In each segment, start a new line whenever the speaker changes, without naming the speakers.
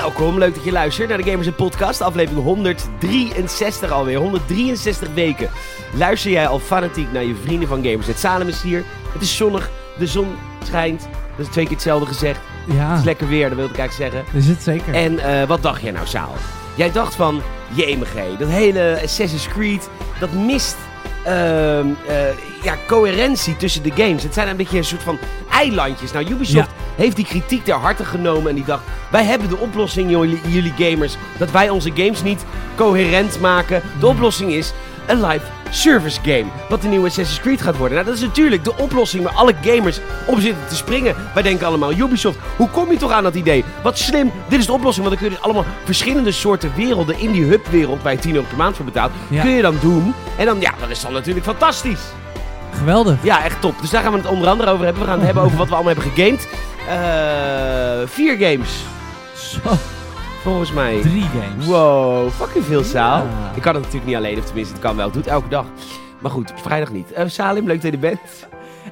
welkom. Leuk dat je luistert naar de Gamers in Podcast, aflevering 163 alweer. 163 weken luister jij al fanatiek naar je vrienden van Gamers. Het Salem is hier, het is zonnig, de zon schijnt. Dat is twee keer hetzelfde gezegd. Het
Ja,
is lekker weer, dat wilde ik eigenlijk zeggen.
dat is het zeker.
En eh, wat dacht jij nou, Saal? Jij dacht van, jemig hé, dat hele Assassin's Creed, dat mist ehm, eh, ja, coherentie tussen de games. Het zijn een beetje een soort van eilandjes. Nou, Ubisoft heeft die kritiek ter harte genomen en die dacht... Wij hebben de oplossing, jullie, jullie gamers, dat wij onze games niet coherent maken. De oplossing is een live service game, wat de nieuwe Assassin's Creed gaat worden. Nou, dat is natuurlijk de oplossing waar alle gamers op zitten te springen. Wij denken allemaal, Ubisoft, hoe kom je toch aan dat idee? Wat slim, dit is de oplossing, want dan kun je dus allemaal verschillende soorten werelden in die hubwereld, waar je 10 euro per maand voor betaalt,
Ja.
kun je dan doen. En dan, ja, dat is dan natuurlijk fantastisch.
Geweldig.
Ja, echt top. Dus daar gaan we het onder andere over hebben. We gaan het hebben over wat we allemaal hebben gegamed. Eh, vier games,
Zo,
volgens mij.
drie games.
Wow, fucking veel zaal.
Ja.
Ik kan het natuurlijk niet alleen, of tenminste, het kan wel. Het doet elke dag. Maar goed, op vrijdag niet. Eh, Salim, leuk dat je er bent.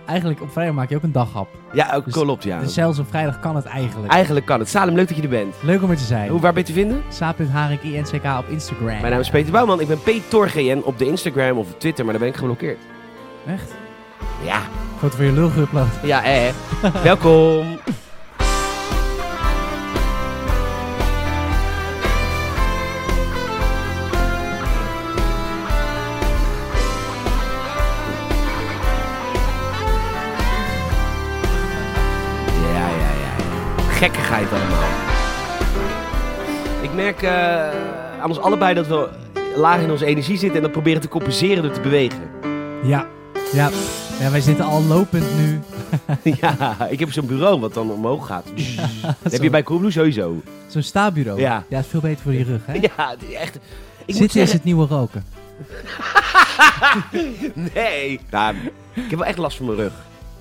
Eigenlijk op vrijdag maak je ook een daghap.
Ja, ook
Dus-
klopt, ja.
Dus zelfs op vrijdag kan het eigenlijk.
Eigenlijk kan het. Salim, leuk dat je er bent.
Leuk om er te zijn.
Hoe, waar ben je te vinden?
Saap.harik INCK op Instagram.
Mijn naam is Peter Bouwman. Ik ben PTORGN op de Instagram of op Twitter, maar daar ben ik geblokkeerd.
Echt?
Ja,
Goed voor je lul geüpload.
ja, eh. Welkom. Ja, ja, ja. Gekkigheid allemaal. Ik merk eh, aan ons allebei dat we laag in onze energie zitten en dat proberen te compenseren door te bewegen.
Ja. Ja. Ja, wij zitten al lopend nu.
ja, ik heb zo'n bureau wat dan omhoog gaat. dat heb je bij Coolblue sowieso.
Zo'n stabureau.
Ja.
Ja, is veel beter voor je rug, hè?
Ja, het is echt. Ik moet
Zitten is
zeggen,
het nieuwe roken.
Nee. Nou, ik heb wel echt last van mijn rug.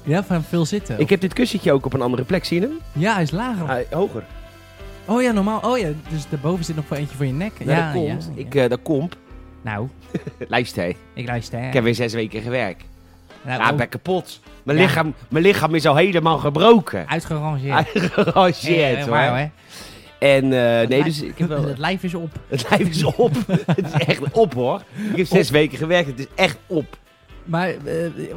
Ja, van veel zitten.
Ik heb dit kussentje ook op een andere plek, zie je hem?
Ja, hij is lager.
Ah, hoger.
Oh ja, normaal. Oh ja, dus daarboven zit nog voor eentje voor je nek.
Nou,
ja,
dat komt.
ja, ja.
Ik, eh dat komt.
Nou,
Luister, hé. ik
ik luister. hè.
heb Ah, weer zes weken gewerkt.
Nou,
Ja, ik
oh,
ben kapot. Mijn,
Ja.
lichaam, mijn lichaam is al helemaal gebroken.
Uitgerangeerd.
Uitgerangeerd,
Eh,
Ah, hoor.
wauw, hè?
En eh, nee,
lijf-
dus ik heb wel...
Het lijf is op.
Het lijf is op. het is echt op, hoor. Ik heb zes weken gewerkt. Het is echt op.
Maar eh,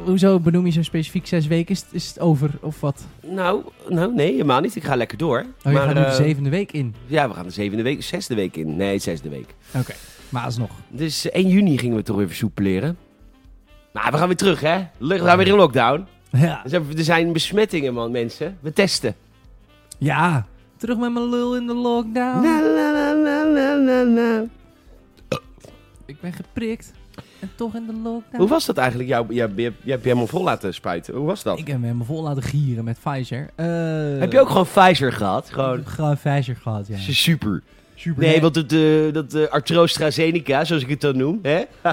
hoezo benoem je zo specifiek zes weken? Is, is het over of wat?
Nou, nou, nee, helemaal niet. Ik ga lekker door.
Oh, je
maar,
gaat nu de
eh,
zevende week in.
Ja, we gaan de zevende week, zesde week in. Nee, zesde week.
Oké, maar alsnog.
Dus eh, 1 juni gingen we toch weer soepeleren. Maar we gaan weer terug, hè? Le- We gaan weer in lockdown.
Ja.
Er zijn- Er zijn besmettingen, man, mensen. We testen.
ja. Terug met mijn lul in de lockdown.
Na, na, na, na, na, na, na.
Ik ben geprikt. En toch in de lockdown.
Hoe was dat eigenlijk? Jou, jij, jij, jij hebt je helemaal vol laten spuiten. Hoe was dat?
Ik heb me helemaal vol laten gieren met Pfizer. Eh,
Heb je ook gewoon Pfizer gehad?
Ik
Gewoon
heb gewoon Pfizer gehad, ja.
super.
Super.
Nee, want het, eh, dat eh AstraZeneca, zoals ik het dan noem, hè?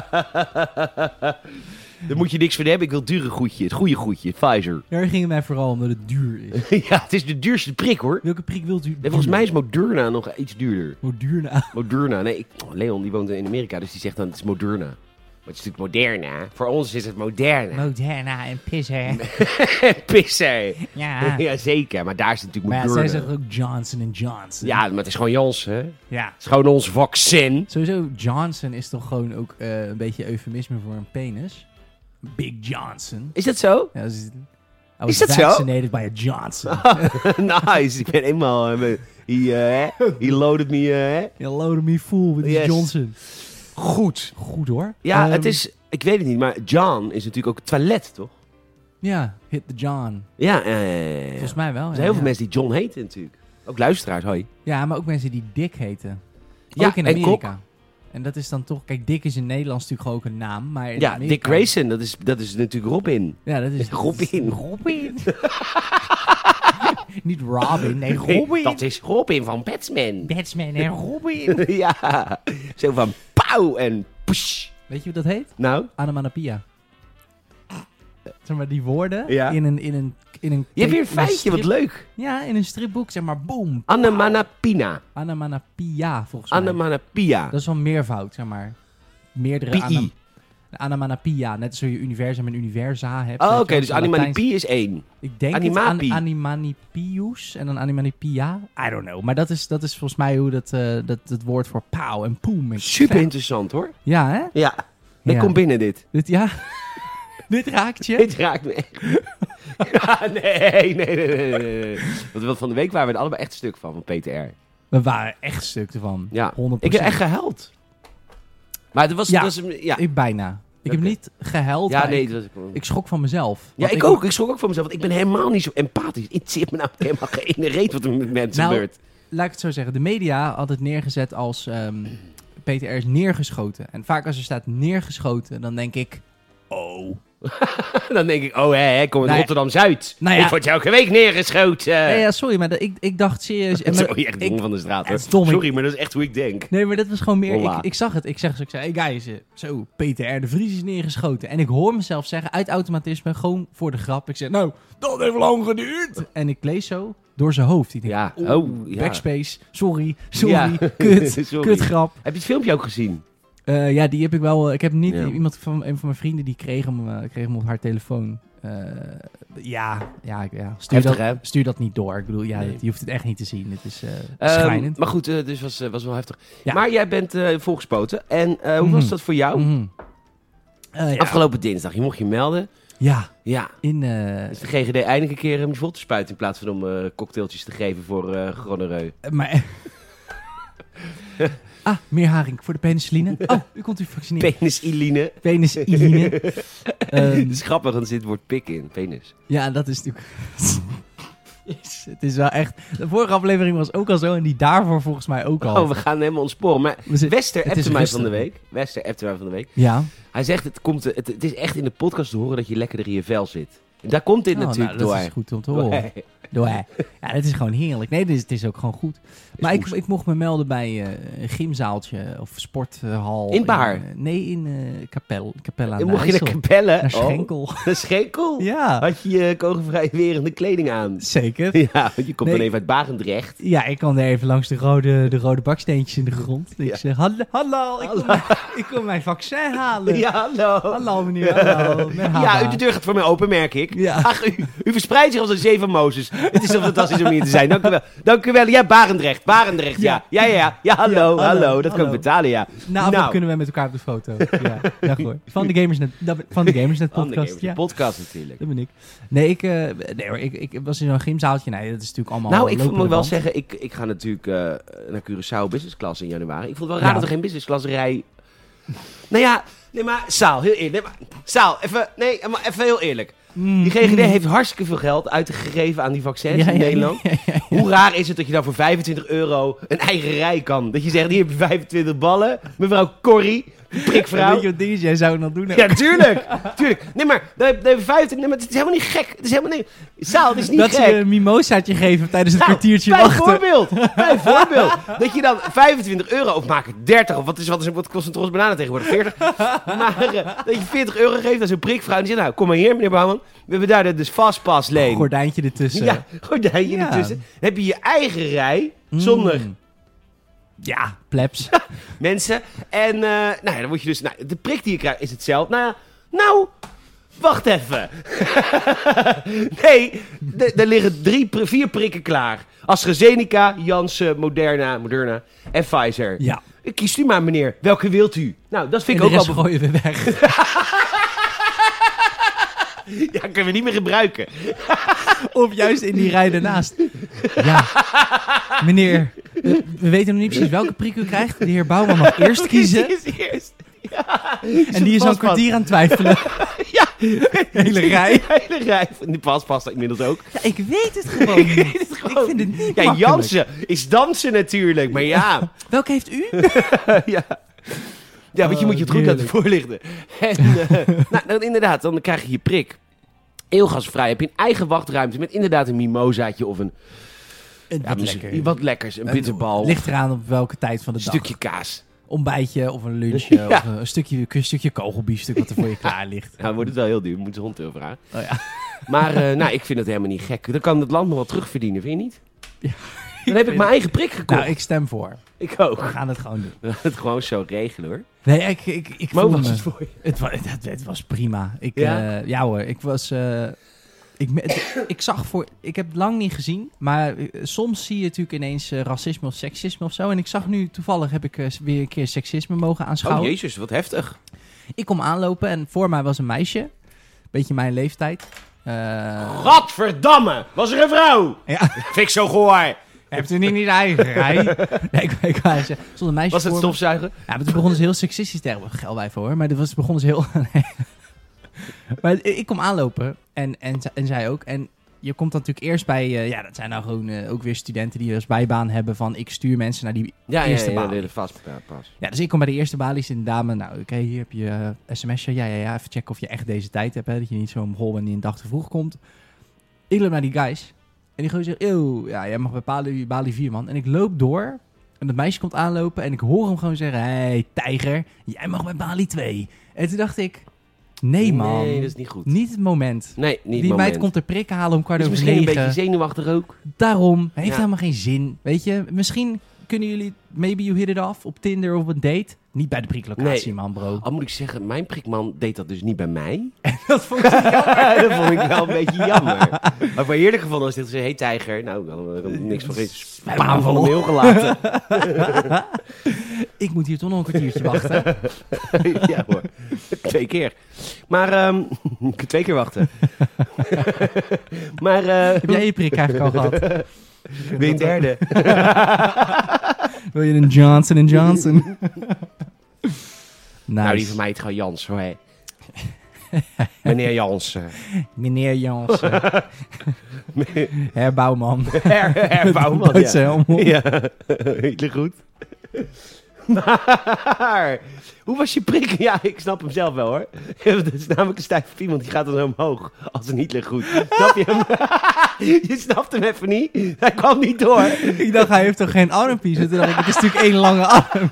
Daar moet je niks van hebben. Ik wil het dure goedje, het goede goedje, Pfizer.
Daar ging het mij vooral omdat het duur is.
ja, het is de duurste prik, hoor.
Welke prik wilt u?
Eh. Nee, volgens mij is Moderna nog iets duurder.
Hoe duur nou?
Moderna, nee, ik, oh, Leon die woont in Amerika, dus die zegt dan het is Moderna. Maar het is natuurlijk Moderna. Voor ons is het Moderna.
Moderna en pissen.
Pisser.
Ja.
Ja, zeker. Maar daar is het natuurlijk
Maar ja, zij
Moderna.
zeggen ook Johnson Johnson.
Ja, maar het is gewoon Janssen. hè. Het
Ja.
is gewoon ons vaccin.
Sowieso, Johnson is toch gewoon ook eh, een beetje eufemisme voor een penis. Big Johnson.
Is dat zo?
Ja, dat is, I was
dat zo?
vaccinated by a Johnson.
nice. Ik ben eenmaal... eh, me- He, eh, he loaded me... eh, hè.
You loaded me fool with this
Yes.
Johnson.
Goed.
Goed hoor.
Ja,
Ehm,
het is... Ik weet het niet, maar John is natuurlijk ook het toilet, toch?
Ja, hit the John.
Ja, ja, ja, ja, ja.
Volgens mij wel.
Er
ja,
zijn heel
ja.
veel mensen die John heten natuurlijk. Ook luisteraars, hoi.
Ja, maar ook mensen die Dick heten.
Ja,
ook in
en kok.
Amerika. En, dat is dan toch... Kijk, Dick is in Nederlands natuurlijk ook een naam, maar in
Ja,
Amerika-
Dick Grayson, dat is, dat is natuurlijk Robin.
Ja, dat is...
Robin.
Robin. Niet Robin, nee,
Nee,
Robin.
dat is Robin van Batman.
Batman en Robin.
ja, zo van pauw en push.
Weet je hoe dat heet?
Nou,
Anamanapia. Zeg maar, die woorden
Ja.
in een... In een, in een
je hebt weer een
in een
feitje, wat
strip-
leuk.
Ja, in een stripboek, zeg maar, boom.
Annemanapina.
Anamanapia, volgens mij.
Annemanapia.
Dat is wel meervoud, zeg maar. Meerdere
Pi.
anam- Animanapia, net als hoe je universum en universa hebt.
Oh,
weet
oké,
je wel,
dus
zo'n Latijns-
Animanipi is één.
Ik denk
Animapi.
het an- Animanipius en dan Animanipia. I don't know. Maar dat is, dat is volgens mij hoe dat, eh, dat, het woord voor pauw en poem. en
Super
klep.
interessant hoor.
Ja, hè?
Ja, dit
Ja.
komt binnen dit.
Dit, ja. Dit raakt je.
Dit raakt me echt. Ja, nee, nee, nee, nee, nee, nee. Want we- van de week waren we er allebei echt stuk van, van PTR.
We waren echt stuk ervan.
Ja.
100%.
Ik heb echt gehuild. Maar het was...
Ja.
het was ja.
Ik bijna. Ik heb
Oké.
niet gehuild.
ja,
maar
nee,
Ik,
het was...
ik schrok van mezelf.
ja,
Want
ik ook. Ik schrok ook van mezelf, want ik ben helemaal niet zo empathisch. Ik zit me nou helemaal geen ene reet wat er met mensen
Nou,
gebeurt.
Laat ik het zo zeggen. De media had het neergezet als ehm PTR is neergeschoten. En vaak als er staat neergeschoten, dan denk ik... Oh.
Dan denk ik, oh hè, hè kom in
Nou ja.
Rotterdam-Zuid.
Nou ja.
Ik word elke week neergeschoten.
Nee, ja, sorry, maar dat- ik, ik dacht serieus... en maar-
Sorry, echt dom
ik-
van de straat.
het is
hoor.
dom, ik-
Sorry, maar dat is echt hoe ik denk.
Nee, maar dat was gewoon meer.
Hola.
Ik, ik zag het. Ik zeg zo, ik zei, hey guys, eh, zo, Peter R. de Vries is neergeschoten. En ik hoor mezelf zeggen, uit automatisme, gewoon voor de grap. Ik zeg, nou, dat heeft lang geduurd. En ik lees zo door zijn hoofd. Ik denk,
Ja,
oh,
oh, ja.
backspace, sorry, sorry,
Ja.
kut,
Sorry.
kut grap.
Heb je het filmpje ook gezien?
Eh, ja, die heb ik wel, eh, ik heb niet,
Ja.
iemand van, een van mijn vrienden, die kreeg hem, eh, kreeg hem op haar telefoon. Eh, ja, ja, ik- ja. Stuur,
Heftig, hè?
dat, stuur dat niet door. Ik bedoel, ja,
Nee.
je hoeft het echt niet te zien. Het is eh
Ehm,
schrijnend.
maar goed, eh, dus was, eh, was wel heftig.
Ja.
Maar jij bent eh, volgespoten. En eh, hoe
Mhm.
was dat voor jou?
Mhm. Eh, ja.
Afgelopen dinsdag, je mocht je melden.
ja,
Ja.
In, eh,
Dus de GGD eindelijk een keer hem vol te spuiten in plaats van om eh, cocktailtjes te geven voor eh gonoreu.
maar... ah, meer haring voor de penicilline. Oh, u komt u vaccineren.
Penisiline.
penicilline. Ehm,
Het is grappig, want er zit het woord pik in. Penis.
ja, dat is natuurlijk... Jezus, het is wel echt... De vorige aflevering was ook al zo en die daarvoor volgens mij ook al.
Oh, we gaan helemaal ontsporen. Maar
We zitten-
Wester
het is
appte mij
rustig.
van de week. Wester appte mij van de week.
Ja.
Hij zegt, het, komt, eh, het, het is echt in de podcast te horen dat je lekkerder in je vel zit. En daar komt dit
Oh, nou,
natuurlijk
dat
door.
is goed om te horen.
Door.
Doei. Ja, dat is gewoon heerlijk. Nee, dit is, het is ook gewoon goed. Maar ik,
goed.
ik mocht me melden bij eh, een gymzaaltje of sporthal.
In Baar?
eh, nee, in eh Capel, Capella. aan
En
de
mocht je
IJssel.
naar Capelle?
Naar
Oh,
Schenkel.
naar Schenkel?
Ja.
Had je je kogelvrijwerende kleding aan?
Zeker.
Ja, want je komt
Nee.
dan even uit Barendrecht.
Ja, ik kwam er even langs de rode, de rode baksteentjes in de grond. Ik
Ja.
zeg, hallo, hallo, ik, Kom mijn, ik kom mijn vaccin halen.
Ja, hallo.
Hallo meneer, hallo. met Haba.
Ja, u de deur Ah. gaat voor mij open, merk ik.
Ja.
Ach, u, u verspreidt zich als een zee van Mozes. Het is zo fantastisch om hier te zijn. Dank u wel. Dank u wel. Ja, Barendrecht. Barendrecht, ja. Ja, ja, ja. Ja, hallo,
Ja, hallo,
hallo, Dat kan ik
hallo.
betalen, ja.
Na afloop
Nou.
kunnen we met elkaar op de foto. Ja, ja hoor. Van de Gamersnet, dat- van de Gamersnet
van de
podcast.
Gamer-
ja,
podcast natuurlijk.
dat ben ik. Nee, ik, eh, nee hoor, ik, ik was in zo'n gymzaaltje. Nee, dat is natuurlijk allemaal
Nou, ik
lopende
moet wel
band.
zeggen, ik, ik ga natuurlijk eh, naar Curaçao business class in januari. Ik vond het wel raar
Ja.
dat er geen business class rij... nou ja, nee maar Saal, heel eerlijk. Nee, maar, Saal, even, nee, maar even heel eerlijk.
Mm.
Die GGD heeft hartstikke veel geld uitgegeven aan die vaccins
Ja,
in
ja,
Nederland.
ja, ja, ja.
Hoe raar is het dat je daar voor 25 euro een eigen rij kan? Dat je zegt, hier heb je 25 ballen. Mevrouw Corrie,
En
prikvrouw.
Weet je wat dingetjes jij zou dan doen?
Ja, tuurlijk. Tuurlijk. Nee, maar, nee, nee, 25, nee, maar het is helemaal niet gek. Het is helemaal niet... Saal, het is niet
dat
gek.
ze je een mimosaatje geven tijdens het
Nou,
kwartiertje wachten.
Bijvoorbeeld, bijvoorbeeld. Dat je dan 25 euro, of maak het 30, of wat, is, wat, is, wat kost een tros bananen tegenwoordig? 40. Maar eh, dat je 40 euro geeft aan zo'n prikvrouw. En die zegt, nou, kom maar hier, meneer Bouwman. We hebben daar de- dus Fastpass leen.
Gordijntje ertussen.
ja, gordijntje
Ja.
ertussen. Dan heb je je eigen rij, zonder
Mm. Ja, plebs.
mensen. En eh, nou ja, dan word je dus... Nou, de prik die je krijgt is hetzelfde. Nou, ja, nou wacht even. nee, de- er liggen drie, pri- vier prikken klaar. AstraZeneca, Janssen, Moderna, Moderna en Pfizer.
Ja.
Kiest u maar, meneer. Welke wilt u? Nou, dat vind
En
ik
de
ook al...
rest gooien we weg.
Ja, kunnen we niet meer gebruiken.
of juist in die rij daarnaast. Ja. Meneer, eh, we weten nog niet precies welke prik u krijgt. De heer Bouwman mag eerst kiezen.
Die is eerst. Ja,
En die is al een
paspas.
kwartier aan het twijfelen.
Ja.
Hele rij.
Hele rij. Die pas past inmiddels ook.
Ja, ik weet het gewoon niet. Ik vind het niet
Ja,
makkelijk.
Jansen is dansen natuurlijk. Maar ja...
Welke heeft u?
ja. Ja, want je
Oh,
moet je het goed
heerlijk.
laten voorlichten. En, eh, nou, dan inderdaad, dan krijg je je prik. Eelgasvrij heb je een eigen wachtruimte met inderdaad een mimozaatje of een... Ja,
wat
misschien
lekker.
Wat lekkers, een bitterbal, een
Ligt eraan op welke tijd van de dag.
stukje kaas.
Ontbijtje of een lunchje.
Ja.
Of eh, een stukje, een stukje kogelbiefstuk wat er voor je klaar ligt.
Nou, wordt het wel heel duur, moet de hond vragen.
Oh ja.
nou, Maar eh, nou, ik vind dat helemaal niet gek. Dan kan het land nog wel terugverdienen, vind je niet? Dan heb ik mijn eigen prik gekocht.
Nou, ik stem voor.
ik
We
ook.
gaan het gewoon doen.
Het gewoon zo regelen hoor.
Nee, ik, ik, ik
Mo
voel
was
me-
het voor je.
Het, wa- het, het was prima. Ik,
Ja?
ja? ja hoor, ik was... eh, ik, me- het- ik zag voor... Ik heb het lang niet gezien, maar eh, soms zie je natuurlijk ineens eh, racisme of seksisme of zo. En ik zag nu, toevallig heb ik eh, weer een keer seksisme mogen
Oh
aanschouwen.
jezus, wat heftig.
ik kom aanlopen en voor mij was een meisje. Beetje mijn leeftijd. Eh,
Gadverdamme, was er een vrouw?
Ja.
Fik zo gehoor.
Hebt u niet niet eigen rij? nee, ik, ik wou zeggen, er stond een meisje
Was het
voor me.
stofzuigen?
Ja, maar toen begonnen ze heel seksistisch tegen me. Geil wijf hoor. Maar dat was, begonnen ze heel... Nee. maar ik ik kom aanlopen. En, en, z- en zij ook. En je komt dan natuurlijk eerst bij... eh, ja, dat zijn nou gewoon eh, ook weer studenten die als bijbaan hebben van... Ik stuur mensen naar die...
Ja, ja, ja,
Eerste
ja,
baan.
de hele vastpas.
Ja, dus ik kom bij de eerste balies en de dame... Nou, oké, hier heb je eh, sms'je. Ja, ja, ja. Even checken of je echt deze tijd hebt. Hè, dat je niet zo om hol en een dag te vroeg komt. Ik loop naar die guys. En die gozer zegt... Eeuw, ja, jij mag bij Bali, Bali 4, man. En ik loop door... En dat meisje komt aanlopen en ik hoor hem gewoon zeggen... Hé, hey, tijger, jij mag bij Bali 2. En toen dacht ik... Nee, man.
Nee, dat is niet goed.
Niet het moment.
Nee, niet
Die
het
meid
moment.
komt er prikken halen om kwart
Is
over
misschien
negen.
een beetje zenuwachtig ook.
Daarom. Heeft
Ja.
helemaal geen zin. Weet je, misschien kunnen jullie... Maybe you hit it off op Tinder of op een date. Niet bij de priklocatie,
Nee.
man, bro.
Al moet ik zeggen, mijn prikman deed dat dus niet bij mij.
dat vond ik...
dat vond ik wel een beetje jammer. Maar ik had eerder gevonden als dit ze, hey tijger. Nou, dan hadden we niks van geen spaan van de mail gelaten.
ik moet hier toch nog een kwartiertje wachten.
ja hoor, twee keer. Maar, ehm, ik kan twee keer wachten. maar, eh
Heb jij je prik eigenlijk al gehad?
weer een derde.
Wil je een Johnson Johnson? nice.
Nou, die van mij heet gewoon Jans hoor. hè. Meneer Jansen.
Meneer Jansen.
eh.
Herbouwman.
Her, herbouwman, ja.
Duitse helm op.
Ja, heel goed. Maar, hoe was je prik? Ja, ik snap hem zelf wel hoor. Het is namelijk een stijf iemand die gaat dan zo omhoog als het niet ligt goed. Snap je hem? je snapt hem even niet. Hij kwam niet door.
Ik dacht, hij heeft toch geen armpjes? En Toen dacht ik, het is natuurlijk één lange arm.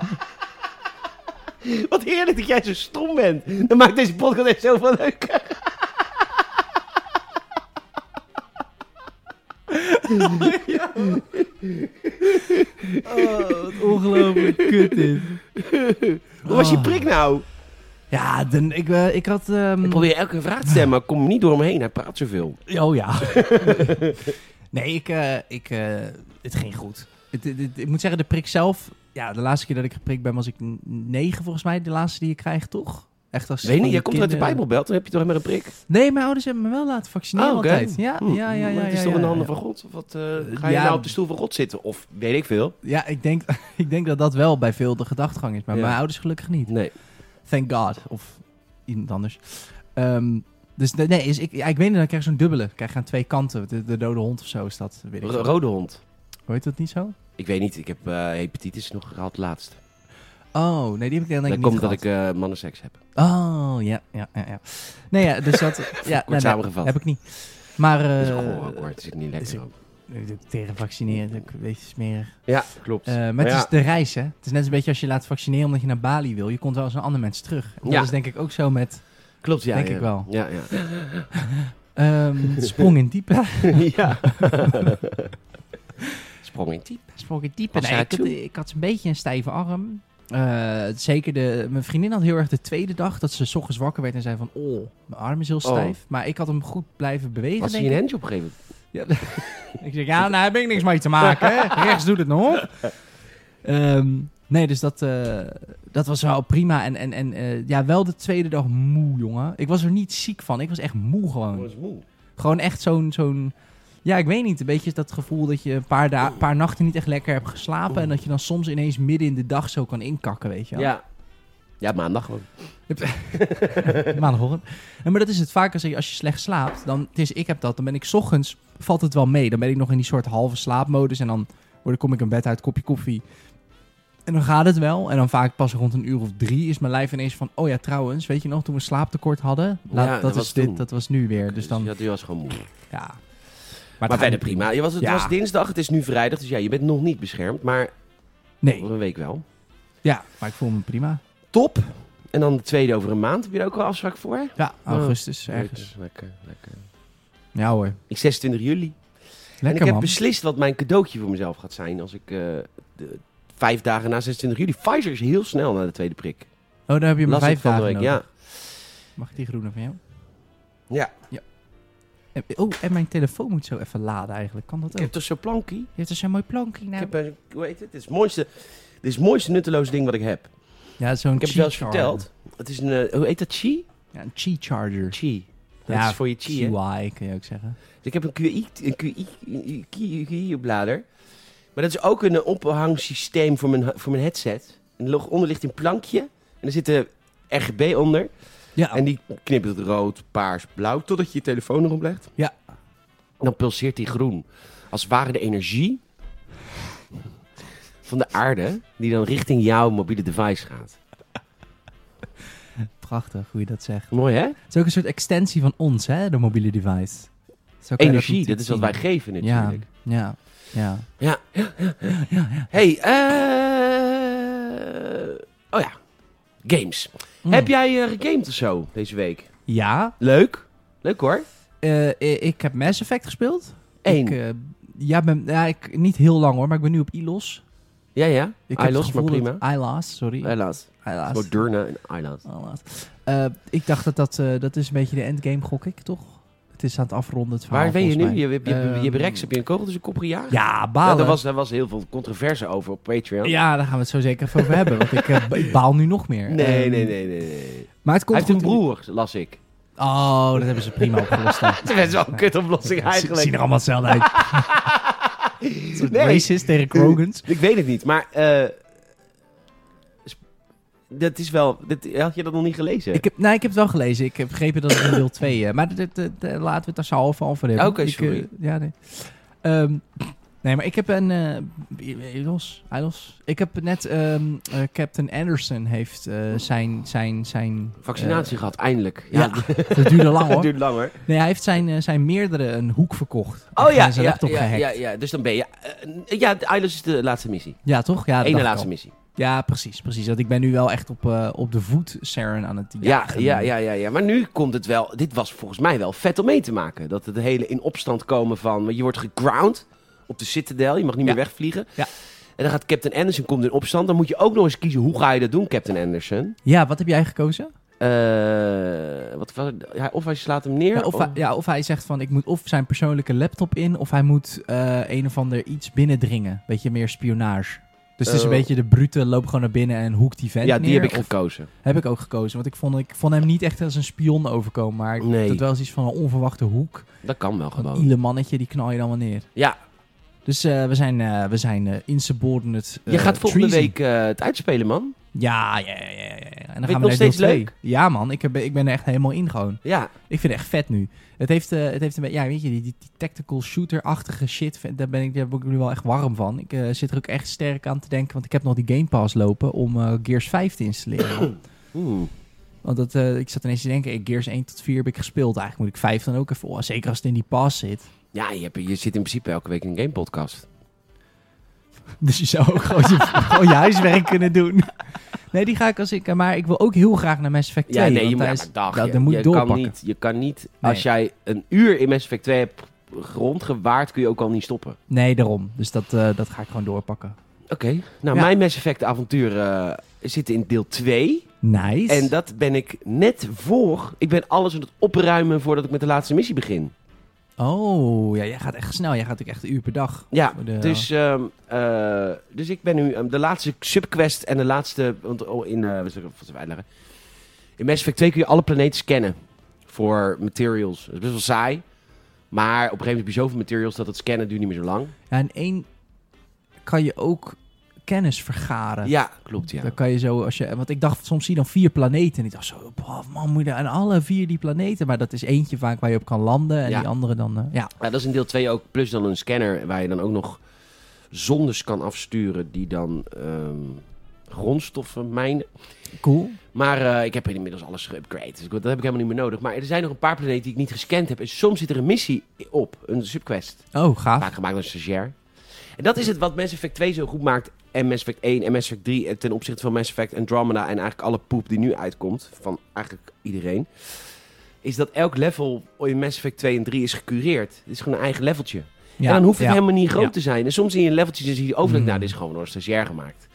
Wat heerlijk dat jij zo stom bent. Dan maakt deze podcast echt zoveel leuker.
Oh, wat ongelooflijk kut dit.
Hoe was je prik nou?
Ja, dan, ik, eh, ik had... ehm,
Ik probeer elke keer een vraag te stellen, maar ik kom er niet door hem heen. Hij praat zoveel.
Oh ja. nee, ik, eh, ik, eh, het ging goed. Het, het- het- ik moet zeggen, de prik zelf... Ja, de laatste keer dat ik geprikt ben was ik n- negen volgens mij. De laatste die je krijgt, toch? Echt als
Weet
van
niet,
die
jij komt uit de
kinderen-
Bijbelbelt, dan heb je toch helemaal een prik?
Nee, mijn ouders hebben me wel laten vaccineren
Oh, oké.
altijd. Ja,
Hm,
Ah, ja, ja, ja.
maar het is
ja,
toch in de
ja,
handen
ja.
van God? Wat, eh, ga je
ja.
nou op de stoel van God zitten? Of weet ik veel?
Ja, ik denk, ik denk dat dat wel bij veel de gedachtegang is. Maar
Ja.
mijn ouders gelukkig niet.
Nee.
Thank God. Of iemand anders. Ehm, dus nee, nee, is, ik, ja, ik weet niet, dan krijg je zo'n dubbele. Dan krijg je aan twee kanten. De, de dode hond of zo is dat. Weet ik
Ro-
veel.
rode hond.
Hoe heet dat niet zo?
Ik weet niet, ik heb eh, hepatitis nog gehad laatst.
Oh, nee, die heb ik denk
Dat
ik niet
komt dat
gehad.
ik eh mannenseks heb.
Oh, ja, ja, ja, ja. Nee, ja, dus dat... ja,
Kort
nee, nee,
samengevat.
heb ik niet. Maar...
dat
eh
is gewoon awkward, het zit niet lekker
is-
ook.
tegen vaccineren, dat is een beetje smerig.
Ja, klopt.
Eh, maar
Maar
het
ja,
is de reis, hè? Het is net een beetje als je laat vaccineren omdat je naar Bali wil. Je komt wel eens naar andere mensen terug. En
Ja.
Dat is denk ik ook zo met
klopt, ja.
denk
ja.
ik wel.
Ja, ja.
ehm, sprong in diepe.
ja. Sprong in diep.
sprong in diepe.
Was
Nee,
hij
ik, had,
toe?
ik had een beetje een stijve arm. Eh, zeker de, mijn vriendin had heel erg de tweede dag dat ze 's ochtends wakker werd en zei van... Oh, mijn arm is heel
Oh.
stijf. Maar ik had hem goed blijven bewegen,
Was
denk
hij
ik.
een handje opgegeven?
Ja. ik zeg, ja, nou daar heb ik niks mee te maken. hè. Rechts doet het nog. Ehm, nee, dus dat, eh, dat was wel prima. En, en, en eh, ja, wel de tweede dag moe, jongen. Ik was er niet ziek van. Ik was echt moe gewoon.
Oh, moe.
Gewoon echt zo'n... zo'n ja, ik weet niet. Een beetje dat gevoel dat je een paar, da- paar nachten niet echt lekker hebt geslapen. En dat je dan soms ineens midden in de dag zo kan inkakken, weet je
Ja.
wel.
ja. maandag gewoon.
Dus Maandagochtend. Nee, maar dat is het vaak als je, als je slecht slaapt. Dan, het is, ik heb dat. Dan ben ik 's ochtends, valt het wel mee. Dan ben ik nog in die soort halve slaapmodus. En dan word, kom ik een bed uit, kopje koffie. En dan gaat het wel. En dan vaak pas rond een uur of drie is mijn lijf ineens van... Oh ja, trouwens, weet je nog, toen we slaaptekort hadden? Laat-
Ja,
dat,
dat
is
was
dit,
toen.
dat was nu weer. Dus dan, ja.
Ja, die was gewoon moe.
Maar,
Maar,
het
verder
gaat-
prima. Je was, het
Ja.
was dinsdag, het is nu vrijdag, dus ja, je bent nog niet beschermd, maar
Nee,
over een week wel.
ja, maar ik voel me prima.
Top. En dan de tweede over een maand. Heb je daar ook wel afspraak voor?
Ja, augustus ergens.
Lekker, lekker.
Ja hoor.
Ik 26 juli. en ik
Lekker
heb
man.
beslist wat mijn cadeautje voor mezelf gaat zijn als ik eh, de, vijf dagen na 26 juli. Pfizer is heel snel na de tweede prik.
Oh, daar heb je maar
Las ik
vijf
van de
dagen
week,
nodig.
ja.
Mag ik die groene van jou?
ja.
En- Oh, en mijn telefoon moet zo even laden eigenlijk. Kan
Ik
dat ook?
heb toch zo'n plankie?
Je hebt dus zo'n mooi plankje nou.
Ik heb, een- hoe heet het? Dit is het mooiste, dit is het mooiste nutteloze ding wat ik heb.
ja, zo'n
Ik heb het wel eens verteld. Het is een, eh, hoe heet dat? Chi?
Ja, een chi charger.
Chi. Dat
Ja,
is voor je chi, hè?
QI, kun je ook zeggen.
Dus ik heb een QI, een QI, een QI, blader. Maar dat is ook een eh, ophangsysteem voor mijn, voor mijn headset. En er onder ligt een plankje. En er zit een RGB onder.
Ja,
En die knippert rood, paars, blauw. Totdat je je telefoon erop legt.
Ja.
En dan pulseert die groen. Als het ware de energie van de aarde. Die dan richting jouw mobiele device gaat.
prachtig hoe je dat zegt.
Mooi hè?
Het is ook een soort extensie van ons, hè, de mobiele device. Zo kan je
Energie, dat,
natuurlijk
is wat
zien.
wij geven
ja,
natuurlijk.
ja, ja.
Ja. Hey, eh. Oh ja. Games.
Mm.
Heb jij eh, gegamed of zo deze week?
Ja,
Leuk. Leuk hoor.
eh, i- ik heb Mass Effect gespeeld.
Eén.
Ik, eh, ja, ben, ja ik, niet heel lang hoor, maar ik ben nu op ILOS.
ja, ja.
Ik
I
heb
lost,
het
maar
gevoel
prima.
dat- ILOS, sorry.
Helaas.
ILOS.
Moderna en Island.
ILOS. Eh, ik dacht dat dat, eh, dat is een beetje de endgame, gok ik, toch? Het is aan het afronden, het verhaal,
Waar ben je nu?
volgens
Je,
mij.
je, je, je hebt
Ehm,
Rex, heb je een kogel tussen kop gejaagd?
Ja,
Ja,
balen.
daar, was, daar was heel veel controverse over op Patreon.
Ja, daar gaan we het zo zeker even over hebben. Want ik, eh, ik baal nu nog meer.
Nee,
Ehm,
nee, nee, nee, nee.
Maar het
Hij
komt
heeft een
goed in-
broer, las ik.
Oh, dat hebben ze prima opgelost. dan.
Dat is wel een kutoplossing
Ze zien
eigenlijk.
er allemaal hetzelfde uit. Een soort
Nee.
Racist tegen Krogans.
Ik weet het niet, maar... eh, sp- dat is wel... Dat, had je dat nog niet gelezen?
Ik heb, nee, ik heb het wel gelezen. Ik heb begrepen dat het in deel 2... eh, maar dit- dit- eh, laten we het daar zo half over hebben.
Oké,
Ik, eh,
sorry.
ja, nee. Ehm, nee, maar ik heb een... eh, Eilos, Eilos. Ik heb net... ehm, eh, Captain Anderson heeft eh, zijn... zijn, zijn eh,
Vaccinatie gehad, eindelijk.
ja, dat duurde lang
dat
hoor.
duurt langer.
Nee, hij heeft zijn, eh, zijn meerdere een hoek verkocht.
Oh ja,
En zijn
ja,
laptop
ja,
gehackt.
ja,
Ja,
ja, dus dan ben je... eh, ja, de Islands is de laatste missie.
toch? Ja,
Ene
dat dacht ik
laatste
al.
missie.
Ja, precies, precies. Want ik ben nu wel echt op, eh, op de voet Saren aan het
Ja,
jagen.
ja, ja, ja, ja. Maar nu komt het wel... Dit was volgens mij wel vet om mee te maken. Dat het hele in opstand komen van... Je wordt geground op de Citadel. Je mag niet
Ja.
meer wegvliegen.
Ja.
En dan gaat Captain Anderson komt in opstand. Dan moet je ook nog eens kiezen hoe ga je dat doen, Captain Anderson.
Ja, wat heb jij gekozen?
Eh, wat, was het? Ja, of hij slaat hem neer.
Ja, of, hij, ja, of hij zegt van, ik moet of zijn persoonlijke laptop in... of hij moet eh, een of ander iets binnendringen. Beetje meer spionage. Dus het is een
Eh.
beetje de brute, loop gewoon naar binnen en hoek die vent
ja, die
neer.
heb ik
Of-
gekozen.
heb ik ook gekozen. Want ik vond, ik vond hem niet echt als een spion overkomen. Maar ik
Nee.
vond het wel eens iets van een onverwachte hoek.
Dat kan wel
Een
gewoon.
iele mannetje, die knal je dan wel neer.
Ja,
Dus eh, we zijn, eh, we zijn eh, insubordinate.
je
eh,
gaat volgende
treason.
week eh, het uitspelen, man.
Ja, ja, ja, ja, ja. En dan
je
gaan
het
we
nog
naar deel
steeds
twee.
leuk?
Ja, man. Ik, heb, ik ben er echt helemaal in gewoon.
Ja,
Ik vind het echt vet nu. Het heeft, eh, het heeft een beetje, ja, weet je, die, die, die tactical shooter-achtige shit, vind- daar ben ik, daar ben ik nu wel echt warm van. Ik eh, zit er ook echt sterk aan te denken, want ik heb nog die Game Pass lopen om eh, Gears 5 te installeren.
Hmm.
want dat, eh, ik zat ineens te denken, eh, Gears 1 tot 4 heb ik gespeeld. Eigenlijk moet ik 5 dan ook even, oh, zeker als het in die pass zit.
Ja, je, hebt, je zit in principe elke week in een gamepodcast.
Dus je zou ook gewoon je, gewoon je huiswerk kunnen doen. Nee, die ga ik als ik, eh, maar ik wil ook heel graag naar Mass Effect 2.
Ja, nee, je
want
moet, ja,
daar is-
maar dag,
dat-
je,
dat moet
je
doorpakken.
Kan niet, je kan niet,
Nee.
als jij een uur in Mass Effect 2 hebt rondgewaard, kun je ook al niet stoppen.
Nee, daarom. Dus dat, eh, dat ga ik gewoon doorpakken.
Oké, nou
Ja.
mijn Mass Effect avontuur eh, zit in deel 2.
Nice.
En dat ben ik net voor. Ik ben alles aan het opruimen voordat ik met de laatste missie begin.
Oh, ja, jij gaat echt snel. Jij gaat ook echt een uur per dag.
Ja,
Voor de-
dus, ehm, eh, dus ik ben nu ehm, de laatste subquest en de laatste... Want oh, in, eh, wat zal ik- wat zal ik uitleggen? In Mass Effect 2 kun je alle planeten scannen voor materials. Dat is best wel saai. Maar op een gegeven moment heb je zoveel materials dat het scannen duurt niet meer zo lang.
Ja, in één kan je ook kennis vergaren.
Ja, klopt ja.
Dan kan je zo, als je, want ik dacht soms zie je dan vier planeten. En ik dacht zo, boah, man, moet je daar- en alle vier die planeten. Maar dat is eentje vaak waar je op kan landen. En
Ja.
die andere dan, eh, ja.
Ja, dat is in deel 2 ook. Plus dan een scanner waar je dan ook nog zondes kan afsturen die dan ehm, grondstoffen mijnen.
Cool.
Maar eh, ik heb inmiddels alles geüpgrade. Dus ik- dat heb ik helemaal niet meer nodig. Maar er zijn nog een paar planeten die ik niet gescand heb. En soms zit er een missie op. Een subquest.
Oh, gaaf.
Vaak gemaakt door een stagiair. En dat is het wat Mass Effect 2 zo goed maakt. En Mass Effect 1 en Mass Effect 3. en Ten opzichte van Mass Effect Andromeda. En eigenlijk alle poep die nu uitkomt. Van eigenlijk iedereen. Is dat elk level in Mass Effect 2 en 3 is gecureerd. Het is gewoon een eigen leveltje.
Ja,
en dan hoeft het
ja.
helemaal niet groot
Ja.
te zijn. En soms in je leveltjes dan zie je overleg,
Mm.
nou, dit is gewoon door een stagiair gemaakt.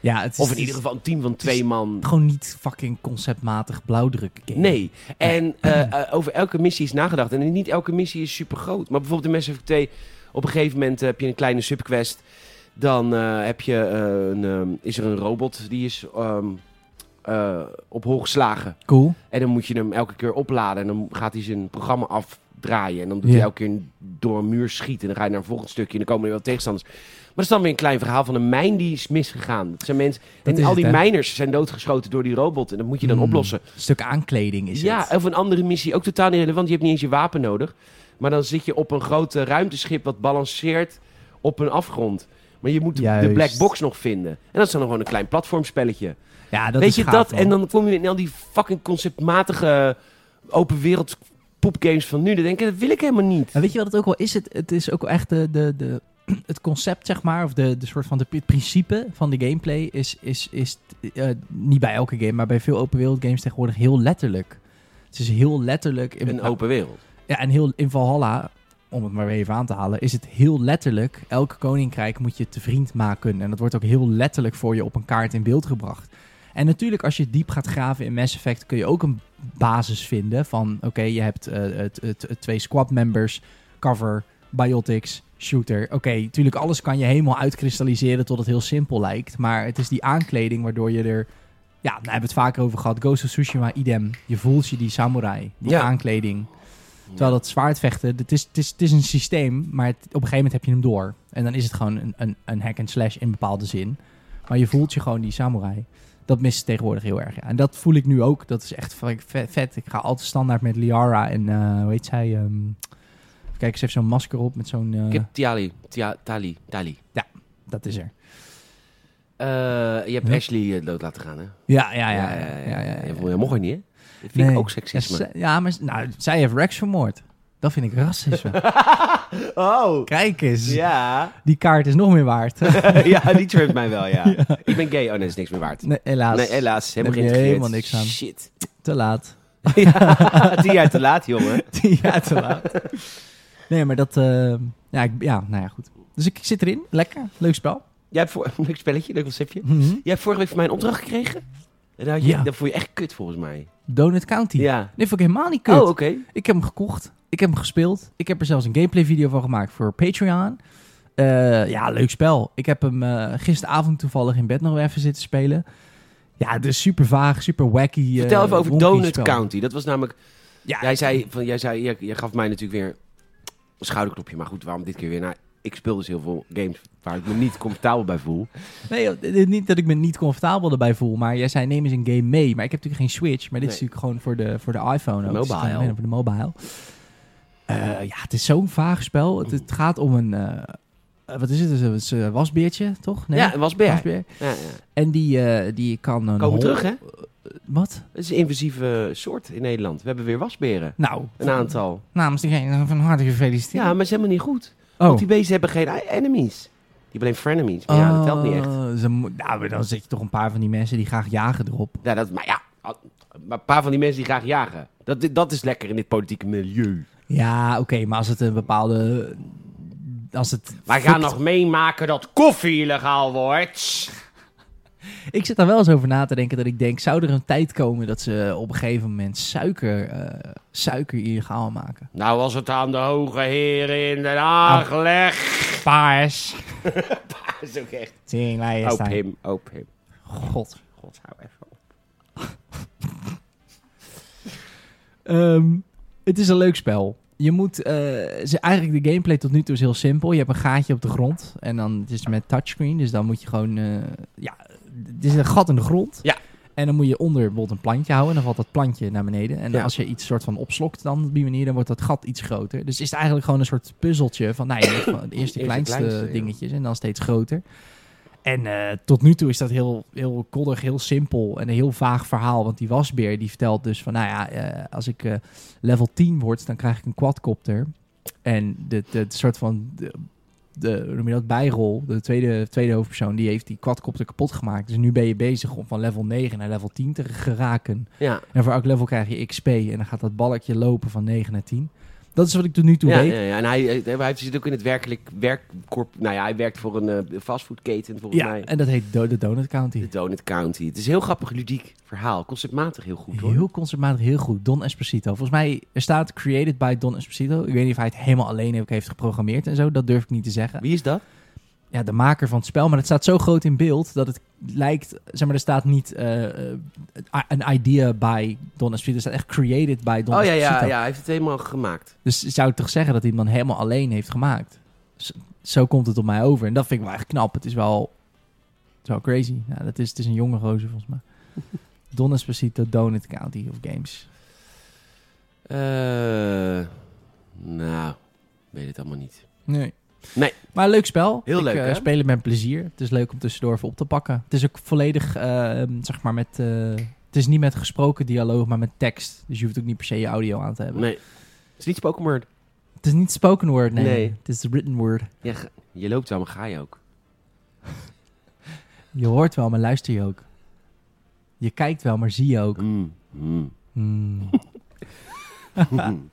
Ja, het is,
Of in ieder geval een team van twee man.
gewoon niet fucking conceptmatig blauwdruk game.
Nee. En eh, eh, over elke missie is nagedacht. En niet elke missie is super groot. Maar bijvoorbeeld in Mass Effect 2, op een gegeven moment eh, heb je een kleine subquest. Dan eh, heb je, eh, een, ehm, is er een robot die is ehm, eh, op hol geslagen.
Cool.
En dan moet je hem elke keer opladen. En dan gaat hij zijn programma afdraaien. En dan doet
Ja.
hij elke keer door een muur schieten. En dan ga je naar een volgend stukje. En dan komen er wel tegenstanders. Maar dat is dan weer een klein verhaal van een mijn die is misgegaan. Dat zijn mensen.
Dat
en
is
al
het,
die
hè?
mijners zijn doodgeschoten door die robot. En dat moet je dan
Mm.
oplossen.
Een stuk aankleding is
ja, eh,
het.
of een andere missie. Ook totaal niet relevant. Je hebt niet eens je wapen nodig. Maar dan zit je op een groot eh, ruimteschip wat balanceert op een afgrond. Maar je moet de- de
Juist.
black box nog vinden. En dat is dan gewoon een klein platformspelletje.
Ja, dat
Weet
is
je
gaaf,
dat?
man.
En dan kom je in al die fucking conceptmatige open wereld poepgames van nu. Dan denk ik, dat wil ik helemaal niet.
Maar weet je wat het ook wel is? Het, het is ook wel echt de, de, de, het concept, zeg maar, of de, de soort van de, het principe van de gameplay is, is, is eh, niet bij elke game, maar bij veel open wereld games tegenwoordig heel letterlijk. Het is heel letterlijk. In,
Een open wereld.
Ja, en heel in Valhalla, om het maar weer even aan te halen, is het heel letterlijk. Elk koninkrijk moet je te vriend maken. En dat wordt ook heel letterlijk voor je op een kaart in beeld gebracht. En natuurlijk, als je diep gaat graven in Mass Effect, kun je ook een basis vinden van: oké, je hebt eh, het- het- het twee squad members, cover, biotics, shooter. Oké, natuurlijk, alles kan je helemaal uitkristalliseren tot het heel simpel lijkt. Maar het is die aankleding waardoor je er. Ja, daar hebben we het vaker over gehad. Ghost of Tsushima, idem. Je voelt je die samurai, die
Ja.
aankleding. Terwijl dat zwaardvechten, het is, het, is, het is een systeem, maar het- op een gegeven moment heb je hem door. En dan is het gewoon een, een, een hack and slash in bepaalde zin. Maar je voelt je gewoon die samurai. Dat mist tegenwoordig heel erg. Ja. En dat voel ik nu ook. Dat is echt fucking ve- vet. Ik ga altijd standaard met Liara en eh, hoe heet zij? ehm, even kijken, ze heeft zo'n masker op met zo'n... eh,
Ik heb Tiali. Tia, Tali. Tali.
dat is er.
Eh, je hebt
Ja.
Ashley het dood laten gaan, hè?
Ja, Ah ja, ja. ja, ja, ja, ja.
Dat mocht je niet, hè? Dat vind ik
Nee.
ook
Ja,
seksisme.
zij- ja, maar nou, zij heeft Rex vermoord. Dat vind ik racisme.
oh!
Kijk eens.
Ja.
Die kaart is nog meer waard.
ja, die tript mij wel, ja. Ik ben gay. Oh, nee, dat is niks meer waard.
nee, helaas.
Nee, helaas. Helemaal
Daar
geen
heb je
integreerd.
helemaal niks aan.
Shit.
Te laat.
ja, tien jaar te laat, jongen.
ja, te laat. Nee, maar dat... eh, ja, ik, ja, nou ja, goed. Dus ik zit erin. Lekker. Leuk spel.
Jij hebt voor... Leuk spelletje, leuk conceptje.
Mhm.
Jij hebt vorige week van mij een opdracht gekregen. En daar had je...
Ja.
dat vond je echt kut, volgens mij.
Donut County.
Ja.
Nee, vond ik helemaal niet kut.
Oh, oké.
Ik heb hem gekocht. Ik heb hem gespeeld. Ik heb er zelfs een gameplay video van gemaakt voor Patreon. Eh, ja, leuk spel. Ik heb hem eh, gisteravond toevallig in bed nog even zitten spelen. Ja, het is super vaag, super wacky. eh,
Vertel even over
wonky
Donut
spel. Ah,
County. Dat was namelijk...
Ja,
Jij zei, van, jij, zei jij, jij gaf mij natuurlijk weer een schouderklopje. Maar goed, waarom dit keer weer? Nou, ik speel dus heel veel games waar ik me niet comfortabel bij voel.
Nee, joh, dit- dit- niet dat ik me niet comfortabel erbij voel, maar jij zei neem eens een game mee. Maar ik heb natuurlijk geen Switch, maar dit is
Nee.
natuurlijk gewoon voor de, voor de iPhone ook. Het is
Mobile.
gewoon alleen voor de mobile. Eh, ja, het is zo'n vaag spel. Het, het gaat om een, eh, eh, wat is het, Het is een wasbeertje, toch? Nee?
Ja, was bij.
wasbeer.
Ja, ja.
En die, eh, die kan een
Komen we
hol-
terug, hè?
Wat?
Het is een invasieve soort in Nederland. We hebben weer wasberen.
Nou,
Een aantal.
namens degene van harte
Ja,
gefeliciteerd.
maar het is helemaal niet goed.
oh.
Want die beesten hebben geen e- enemies. Die hebben alleen frenemies. Maar ja, dat telt niet echt.
Oh, ze mo- nou, maar dan zit je toch een paar van die mensen die graag jagen erop.
Ja, dat, maar ja, al- maar een paar van die mensen die graag jagen. Dat, dat is lekker in dit politieke milieu.
Ja, oké, maar als het een bepaalde... Als het
Wij gaan nog meemaken dat koffie illegaal wordt.
Ik zit daar wel eens over na te denken dat ik denk, zou er een tijd komen dat ze op een gegeven moment suiker, eh, suiker illegaal maken?
Nou, als het aan de hoge heren in Den Haag
Oh.
legt.
Paars.
Dat is ook echt.
Tien
Op hem, op hem.
God.
God, hou even op.
Ehm, het is een leuk spel. Je moet, eh, ze, eigenlijk de gameplay tot nu toe is heel simpel. Je hebt een gaatje op de grond en dan het is met touchscreen. Dus dan moet je gewoon, eh, ja, het is een gat in de grond.
Ja.
En dan moet je onder bijvoorbeeld een plantje houden en dan valt dat plantje naar beneden. En
Ja.
als je iets soort van opslokt dan op die manier, dan wordt dat gat iets groter. Dus is het eigenlijk gewoon een soort puzzeltje van, nou ja, van de eerste
Eerste
kleinste,
kleinste, ja.
dingetjes en dan steeds groter. En eh, tot nu toe is dat heel, heel koddig, heel simpel en een heel vaag verhaal. Want die wasbeer die vertelt dus van, nou ja, eh, als ik eh, level 10 word, dan krijg ik een quadcopter. En de, de, de soort van, de, de, hoe noem je dat, bijrol, de tweede, tweede hoofdpersoon, die heeft die quadcopter kapot gemaakt. Dus nu ben je bezig om van level 9 naar level 10 te geraken.
Ja,
En voor elk level krijg je XP en dan gaat dat balkje lopen van 9 naar 10. Dat is wat ik tot nu toe
ja,
weet.
ja, ja. En hij, hij, eh, hij zit ook in het werkelijk werkcorp. Nou ja, hij werkt voor een eh, fastfoodketen volgens mij.
en dat heet Do- de Donut County.
De Donut County. Het is een heel grappig, ludiek verhaal. Conceptmatig heel goed hoor.
Heel conservatief, heel goed. Don Esposito. Volgens mij er staat created by Don Esposito. Ik weet niet of hij het helemaal alleen ook heeft geprogrammeerd en zo. Dat durf ik niet te zeggen.
Wie is dat?
Ja, de maker van het spel. Maar het staat zo groot in beeld dat het lijkt... Zeg maar, er staat niet eh, eh, een idea by Don Esposito. Er staat echt created by Don
oh ja,
Esposito.
ja, ja, hij heeft het helemaal gemaakt.
Dus je zou toch zeggen dat hij hem dan helemaal alleen heeft gemaakt. Zo, zo komt het op mij over. En dat vind ik wel echt knap. Het is wel, het is wel crazy. Ja, dat is, het is een jonge gozer volgens mij. Don Esposito, Donut County of Games.
Eh, nou, weet het allemaal niet.
Nee.
Nee.
Maar een leuk spel.
Heel
ik,
leuk,
eh,
hè?
spelen met plezier. Het is leuk om tussendoor even op te pakken. Het is ook volledig, eh, zeg maar, met... eh, het is niet met gesproken dialoog, maar met tekst. Dus je hoeft ook niet per se je audio aan te hebben.
Nee. Het is niet Pokémon.
Het is niet spoken word, nee.
Nee.
Het is written word.
Ja, ga- je loopt wel, maar ga je ook.
Je hoort wel, maar luister je ook. Je kijkt wel, maar zie je ook.
Mm, mm.
Hmm.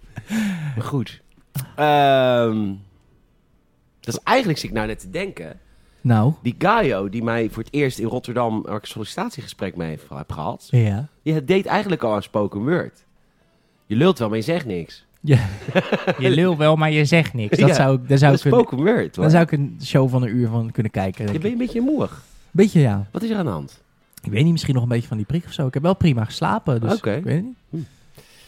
Maar goed. Ehm, dat is eigenlijk, zit ik nou net te denken.
Nou,
Die Gaio, die mij voor het eerst in Rotterdam, waar ik een sollicitatiegesprek mee heb heb gehad,
ja.
die deed eigenlijk al aan spoken word. Je lult wel, maar je zegt niks.
Je lul wel, maar je zegt niks. Dat
Ja,
zou ik, daar zou
Dat is
ik, een,
spoken word, hoor.
daar zou ik een show van een uur van kunnen kijken. denk
Je
ik.
bent een beetje moeig.
Beetje ja.
Wat is er aan de hand?
Ik weet niet, misschien nog een beetje van die prik of zo. Ik heb wel prima geslapen, dus
Oké.
ik weet het niet.
Hm.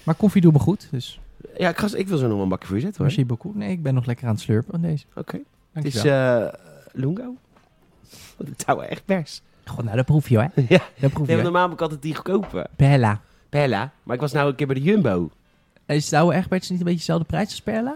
Maar koffie doet me goed, dus
Ja, ik, ga, ik wil zo nog een bakje voor je zetten, hoor.
merci beaucoup. Nee, ik ben nog lekker aan het slurpen aan deze.
Oké. Het is
Dankjewel.
eh, Lungo. Dat zou echt best.
God, nou, dat proef je, hè?
ja, nee,
Dat proef
want
je.
normaal heb ik altijd die goedkope.
Perla.
Bella. Maar ik was nou een keer bij de Jumbo.
Is Douwe Egberts niet een beetje dezelfde prijs als Perla?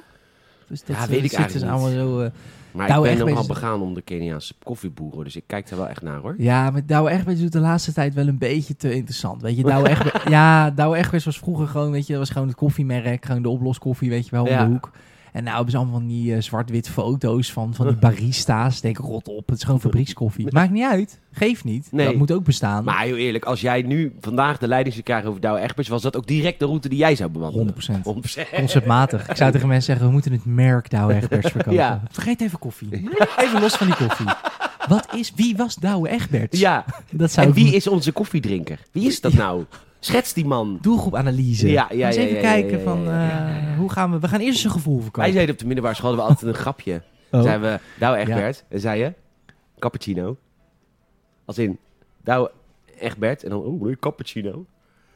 Dus
Ja, weet ik
zitten ze
eigenlijk
allemaal zo... eh,
Maar
Douwe
ik ben
Egberts
nogal
is-
begaan om de Keniaanse koffieboeren. Dus ik kijk daar wel echt naar, hoor.
Ja, maar Douwe Egberts doet de laatste tijd wel een beetje te interessant. Weet je, Douwe Egberts, ja, Douwe Egberts was vroeger gewoon, weet je, dat was gewoon het koffiemerk, gewoon de oploskoffie, weet je wel, om
Ja.
de hoek. En nou hebben ze allemaal van die eh, zwart-wit foto's van, van die barista's. Denk ik, rot op, het is gewoon fabriekskoffie. Maakt niet uit, geeft niet.
Nee.
Dat moet ook bestaan.
Maar heel eerlijk, als jij nu vandaag de leiding zou krijgen over Douwe Egberts... was dat ook direct de route die jij zou bewandelen.
100%.
100%.
Conceptmatig. Ik zou tegen mensen zeggen, we moeten het merk Douwe Egberts verkopen.
Ja.
Vergeet even koffie. Even los van die koffie. Wat is, wie was Douwe Egberts?
Ja.
Dat zou
En
ik
wie is onze koffiedrinker? Wie is dat nou? Schets die man.
doelgroepanalyse.
Ja, ja,
Maar eens
ja, ja,
even
ja,
kijken
ja,
van
ja, ja,
eh, hoe gaan we. We gaan eerst zijn gevoel
Wij
verkopen.
zeiden op de middelbare school hadden we altijd een grapje.
Oh.
Zijn we Douwe Egbert en zei je cappuccino. Als in Douwe Egbert en dan oh, wil je cappuccino.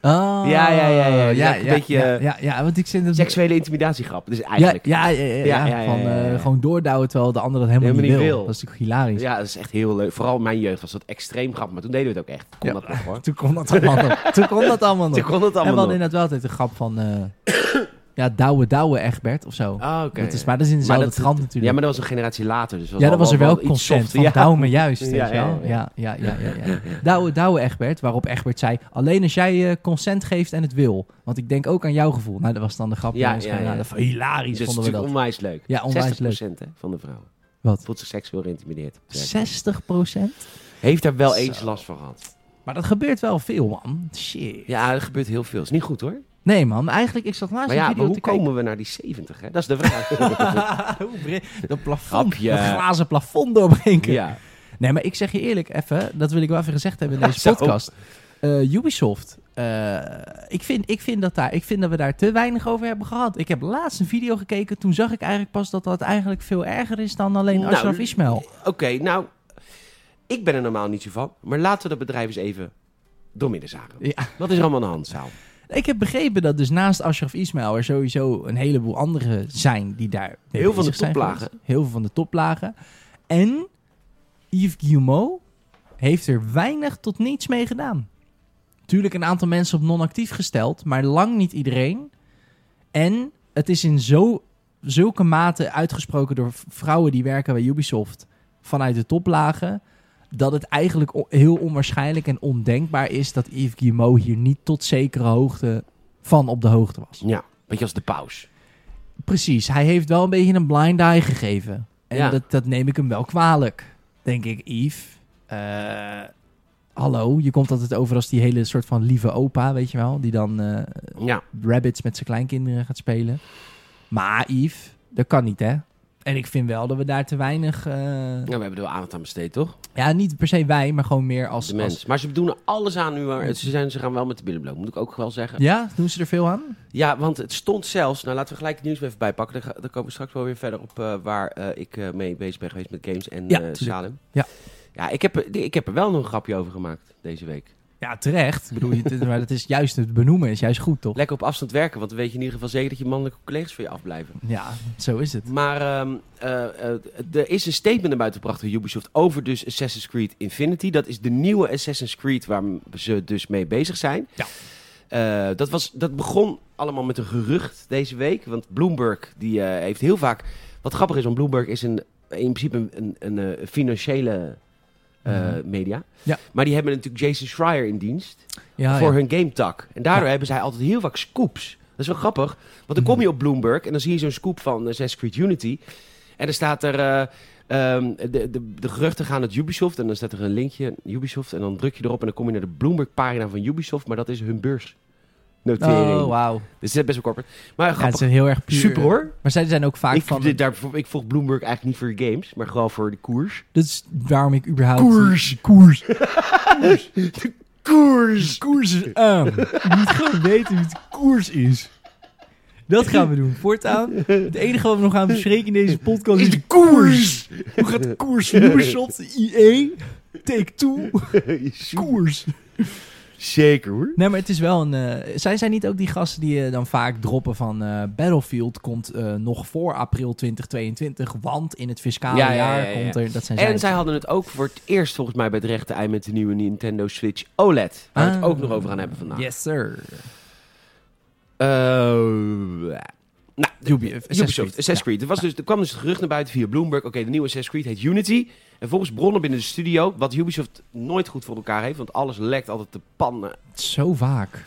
Oh.
Ja, ja, ja, ja. Dus echt een beetje,
ja,
eh,
ja, ja, want ik zit het.
Seksuele intimidatiegrap. Dus
Ja,
eigenlijk.
ja, ja, ja,
Ja,
ja,
ja, ja,
van
ja, ja.
eh, gewoon doordouwen terwijl de ander dat helemaal,
Helemaal
niet
niet
wil.
wil.
Dat is natuurlijk hilarisch.
Ja, dat is echt heel leuk. Vooral in mijn jeugd was dat extreem grappig. Maar toen deden we het ook echt. Kon
Ja.
dat nog hoor.
Toen kon dat allemaal nog. Toen kon dat allemaal nog.
Toen kon het
en we
allemaal
hadden
nog.
inderdaad wel altijd een grap van. eh ja, douwe, douwe Egbert of zo.
Ah, oké.
dat is, maar dat is in dezelfde
dat-
trant
Ja,
natuurlijk.
maar dat was een generatie later. Dus
Ja, dat was er wel
iets
consent
softer.
van
Ja.
douw me juist. weet
Ja,
je wel. Ja, ja, ja, ja. ja. Douwe, douwe Egbert, waarop Egbert zei... alleen als jij eh, consent geeft en het wil. Want ik denk ook aan jouw gevoel. Nou, dat was dan de grap.
Ja,
jongens.
ja, ja.
Nou, dat vond- hilarisch
Dus het is
vonden we
natuurlijk onwijs
dat.
leuk.
Ja, onwijs leuk.
60% hè, van de vrouwen
Wat?
voelt zich seksueel geïntimideerd.
60 procent?
Heeft daar wel eens
Zo.
last van gehad.
Maar dat gebeurt wel veel, man. Shit.
Ja, dat gebeurt heel veel. Is niet goed hoor.
Nee, man. Eigenlijk, ik zat laatst
Maar
een
ja,
video
maar hoe
te kijken.
komen we naar die 70? Hè? Dat is de vraag.
Hoe bre- dat plafond,
Grapje.
dat glazen plafond doorbrengen.
ja.
Nee, maar ik zeg je eerlijk, even, dat wil ik wel even gezegd hebben in
Zo.
deze podcast. Eh, Ubisoft, eh, ik, vind, ik, vind dat daar, ik vind dat we daar te weinig over hebben gehad. Ik heb laatst een video gekeken, toen zag ik eigenlijk pas dat dat eigenlijk veel erger is dan alleen
Nou,
Ashraf Ismail.
Oké, nou, ik ben er normaal niet zo van. Maar laten we dat bedrijf eens even doormidden zagen.
Ja.
Wat is er allemaal aan de hand, Saal?
Ik heb begrepen dat dus naast Ashraf Ismail er sowieso een heleboel anderen zijn die daar
Heel
mee
veel van de
bezig zijn
toplagen.
geweest. Heel veel van de toplagen. En Yves Guillemot heeft er weinig tot niets mee gedaan. Tuurlijk een aantal mensen op non-actief gesteld, maar lang niet iedereen. En het is in zo, zulke mate uitgesproken door v- vrouwen die werken bij Ubisoft vanuit de toplagen. Dat het eigenlijk o- heel onwaarschijnlijk en ondenkbaar is dat Yves Guillemot hier niet tot zekere hoogte van op de hoogte was.
Ja, beetje als de paus.
Precies, hij heeft wel een beetje een blind eye gegeven. En
Ja.
dat, dat neem ik hem wel kwalijk. Denk ik, Yves. eh, hallo, je komt altijd over als die hele soort van lieve opa, weet je wel. Die dan eh,
Ja,
rabbits met zijn kleinkinderen gaat spelen. Maar Yves, dat kan niet, hè? En ik vind wel dat we daar te weinig... eh,
Ja, Nou, we hebben er wel aandacht aan besteed, toch?
ja, niet per se wij, maar gewoon meer als...
De mens.
als-
Maar ze doen er alles aan nu. maar Ze, zijn, ze gaan wel met de billen bloot, moet ik ook wel zeggen.
ja, doen ze er veel aan?
Ja, want het stond zelfs... Nou, laten we gelijk het nieuws even bijpakken. Daar, ga- daar komen we straks wel weer verder op eh, waar eh, ik eh, mee bezig ben geweest met games en
Ja,
eh,
tuurlijk.
Salem.
Ja.
Ja, ik heb, er- ik heb er wel nog een grapje over gemaakt deze week.
Ja, terecht. Ik bedoel, je- dit- maar dat is juist het benoemen, is juist goed, toch?
Lekker op afstand werken, want dan weet je in ieder geval zeker dat je mannelijke collega's van je afblijven.
Ja, zo is het.
Maar ehm, eh, eh, er is een statement naar buiten gebracht door Ubisoft over dus Assassin's Creed Infinity. Dat is de nieuwe Assassin's Creed waar m- ze dus mee bezig zijn.
Ja.
Eh, dat, was, dat begon allemaal met een gerucht deze week. Want Bloomberg die, eh, heeft heel vaak... Wat grappig is, want Bloomberg is een, in principe een, een, een, eh, financiële eh,
Mhm.
media.
Ja.
Maar die hebben natuurlijk Jason Schreier in dienst
Ja,
voor
ja.
hun game tak. En daardoor
Ja. Hmm.
hebben zij altijd heel vaak scoops. Dat is wel grappig. Want dan kom je op Bloomberg en dan zie je zo'n scoop van eh, Assassin's Creed Unity. En dan staat er... eh, ehm, de, de, de geruchten gaan uit Ubisoft. En dan staat er een linkje, Ubisoft. En dan druk je erop en dan kom je naar de Bloomberg-pagina van Ubisoft. Maar dat is hun beursnotering.
Oh, wauw.
Dus het is best wel corporate. Maar
Ja, het
grappig.
is heel erg puur.
Super hoor.
Maar zij zijn ook vaak
Ik,
van...
de- daar, ik volg Bloomberg eigenlijk niet voor de games, maar gewoon voor de koers.
Dat is waarom ik überhaupt...
Koers.
Koers.
Koers!
Koers is aan. Je moet gewoon weten wie het koers is. Dat gaan we doen. Voortaan, het enige wat we nog gaan bespreken in deze podcast is de koers. Hoe gaat de koers van Ubisoft, IE, Take-Two, E, koers.
Zeker hoor.
Nee, maar het is wel een... eh, zijn zij niet ook die gasten die eh, dan vaak droppen van... eh, Battlefield komt eh, nog voor april 2022, want in het fiscale
Ja, ja,
jaar
ja, ja.
komt er... Dat zijn zij.
En zij hadden het ook voor het eerst volgens mij bij het rechte ei met de nieuwe Nintendo Switch OLED. Waar we het
Ah.
ook nog over gaan hebben vandaag.
Yes, sir.
Eh, nou, Ubi-
Assassin's Creed.
Ubisoft, Assassin's
Ja.
Creed. Er, was dus, er kwam dus het gerucht naar buiten via Bloomberg. Oké, de nieuwe Assassin's Creed heet Unity. En volgens bronnen binnen de studio, wat Ubisoft nooit goed voor elkaar heeft, want alles lekt altijd de pannen.
Zo vaak.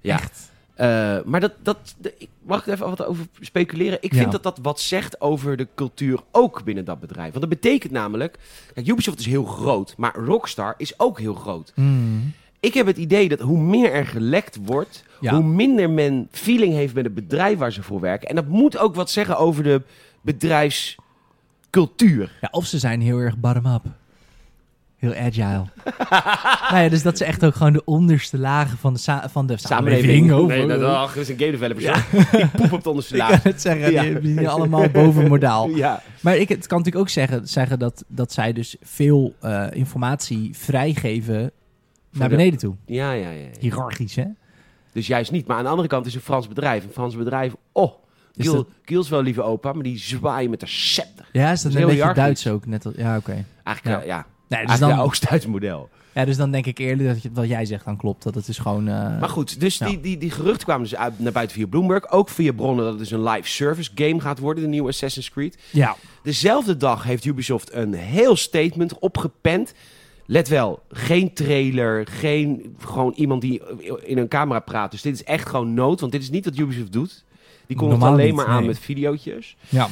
Ja.
Echt.
Eh, maar dat, dat, de- ik mag er even wat over speculeren. Ik
Ja.
vind dat dat wat zegt over de cultuur ook binnen dat bedrijf. Want dat betekent namelijk, kijk, Ubisoft is heel groot, maar Rockstar is ook heel groot.
Mm.
Ik heb het idee dat hoe meer er gelekt wordt,
Ja.
hoe minder men feeling heeft met het bedrijf waar ze voor werken. En dat moet ook wat zeggen over de bedrijfscultuur.
Ja, of ze zijn heel erg bottom-up. Heel agile. nou ja, dus dat ze echt ook gewoon de onderste lagen van de, sa- van de samenleving...
Samenleving.
Oh,
Nee,
oh,
dat,
oh.
ach, dat is een game developer. zo. Ik poep op het onderste
Ik oh.
laag.
kan het zeggen,
Ja.
die die zijn allemaal boven modaal.
Ja.
Maar ik het kan natuurlijk ook zeggen, zeggen dat, dat zij dus veel eh, informatie vrijgeven naar
de-
beneden toe.
Ja, ja, ja, ja.
Hierarchisch, hè?
Dus juist niet. Maar aan de andere kant is het een Frans bedrijf. Een Frans bedrijf, oh,
Is
Kiel,
dat-
Kiel is wel een lieve opa, maar die zwaaien met de scepter.
Ja, is dat
Dat is
een
heel
beetje
hiërarchisch.
Duits ook? Net als, ja, oké.
Eigenlijk, eh, ja.
Ja.
ja.
Nee, dus,
Eigenlijk een
dan,
Oost-Duits model.
ja, dus dan denk ik eerlijk dat je, wat jij zegt dan klopt. Dat het is gewoon... eh,
Maar goed, dus
Ja.
die, die, die geruchten kwamen dus uit, naar buiten via Bloomberg. Ook via bronnen dat het dus een live service game gaat worden, de nieuwe Assassin's Creed.
ja.
Dezelfde dag heeft Ubisoft een heel statement opgepend. Let wel, geen trailer, geen gewoon iemand die in een camera praat. Dus dit is echt gewoon nood, want dit is niet wat Ubisoft doet. Die komt het
Normaal
alleen
niet,
maar aan
nee.
met videootjes.
ja.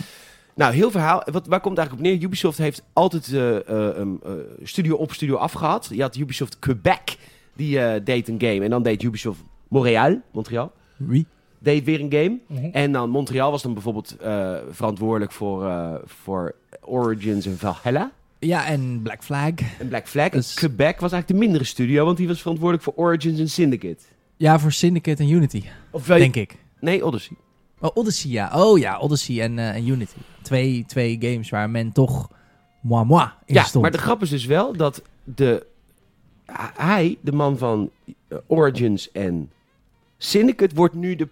Nou, heel verhaal. Wat, waar komt het eigenlijk op neer? Ubisoft heeft altijd eh, eh, um, eh, studio op studio af gehad. Je had Ubisoft Quebec, die eh, deed een game. En dan deed Ubisoft Montreal, Montreal
Wie?
deed weer een game. En dan Montreal was dan bijvoorbeeld eh, verantwoordelijk voor, eh, voor Origins en Valhalla.
Ja, en Black Flag.
En Black Flag. En
Dus-
Quebec was eigenlijk de mindere studio, want die was verantwoordelijk voor Origins en Syndicate.
Ja, voor Syndicate en Unity,
Of wel-
denk ik.
Nee, Odyssey.
Oh, Odyssey, ja. Oh ja, Odyssey en, eh, en Unity. Twee, twee games waar men toch moi moi in
Ja,
stond.
maar de grap is dus wel dat de, hij, de man van eh, Origins en Syndicate, wordt nu de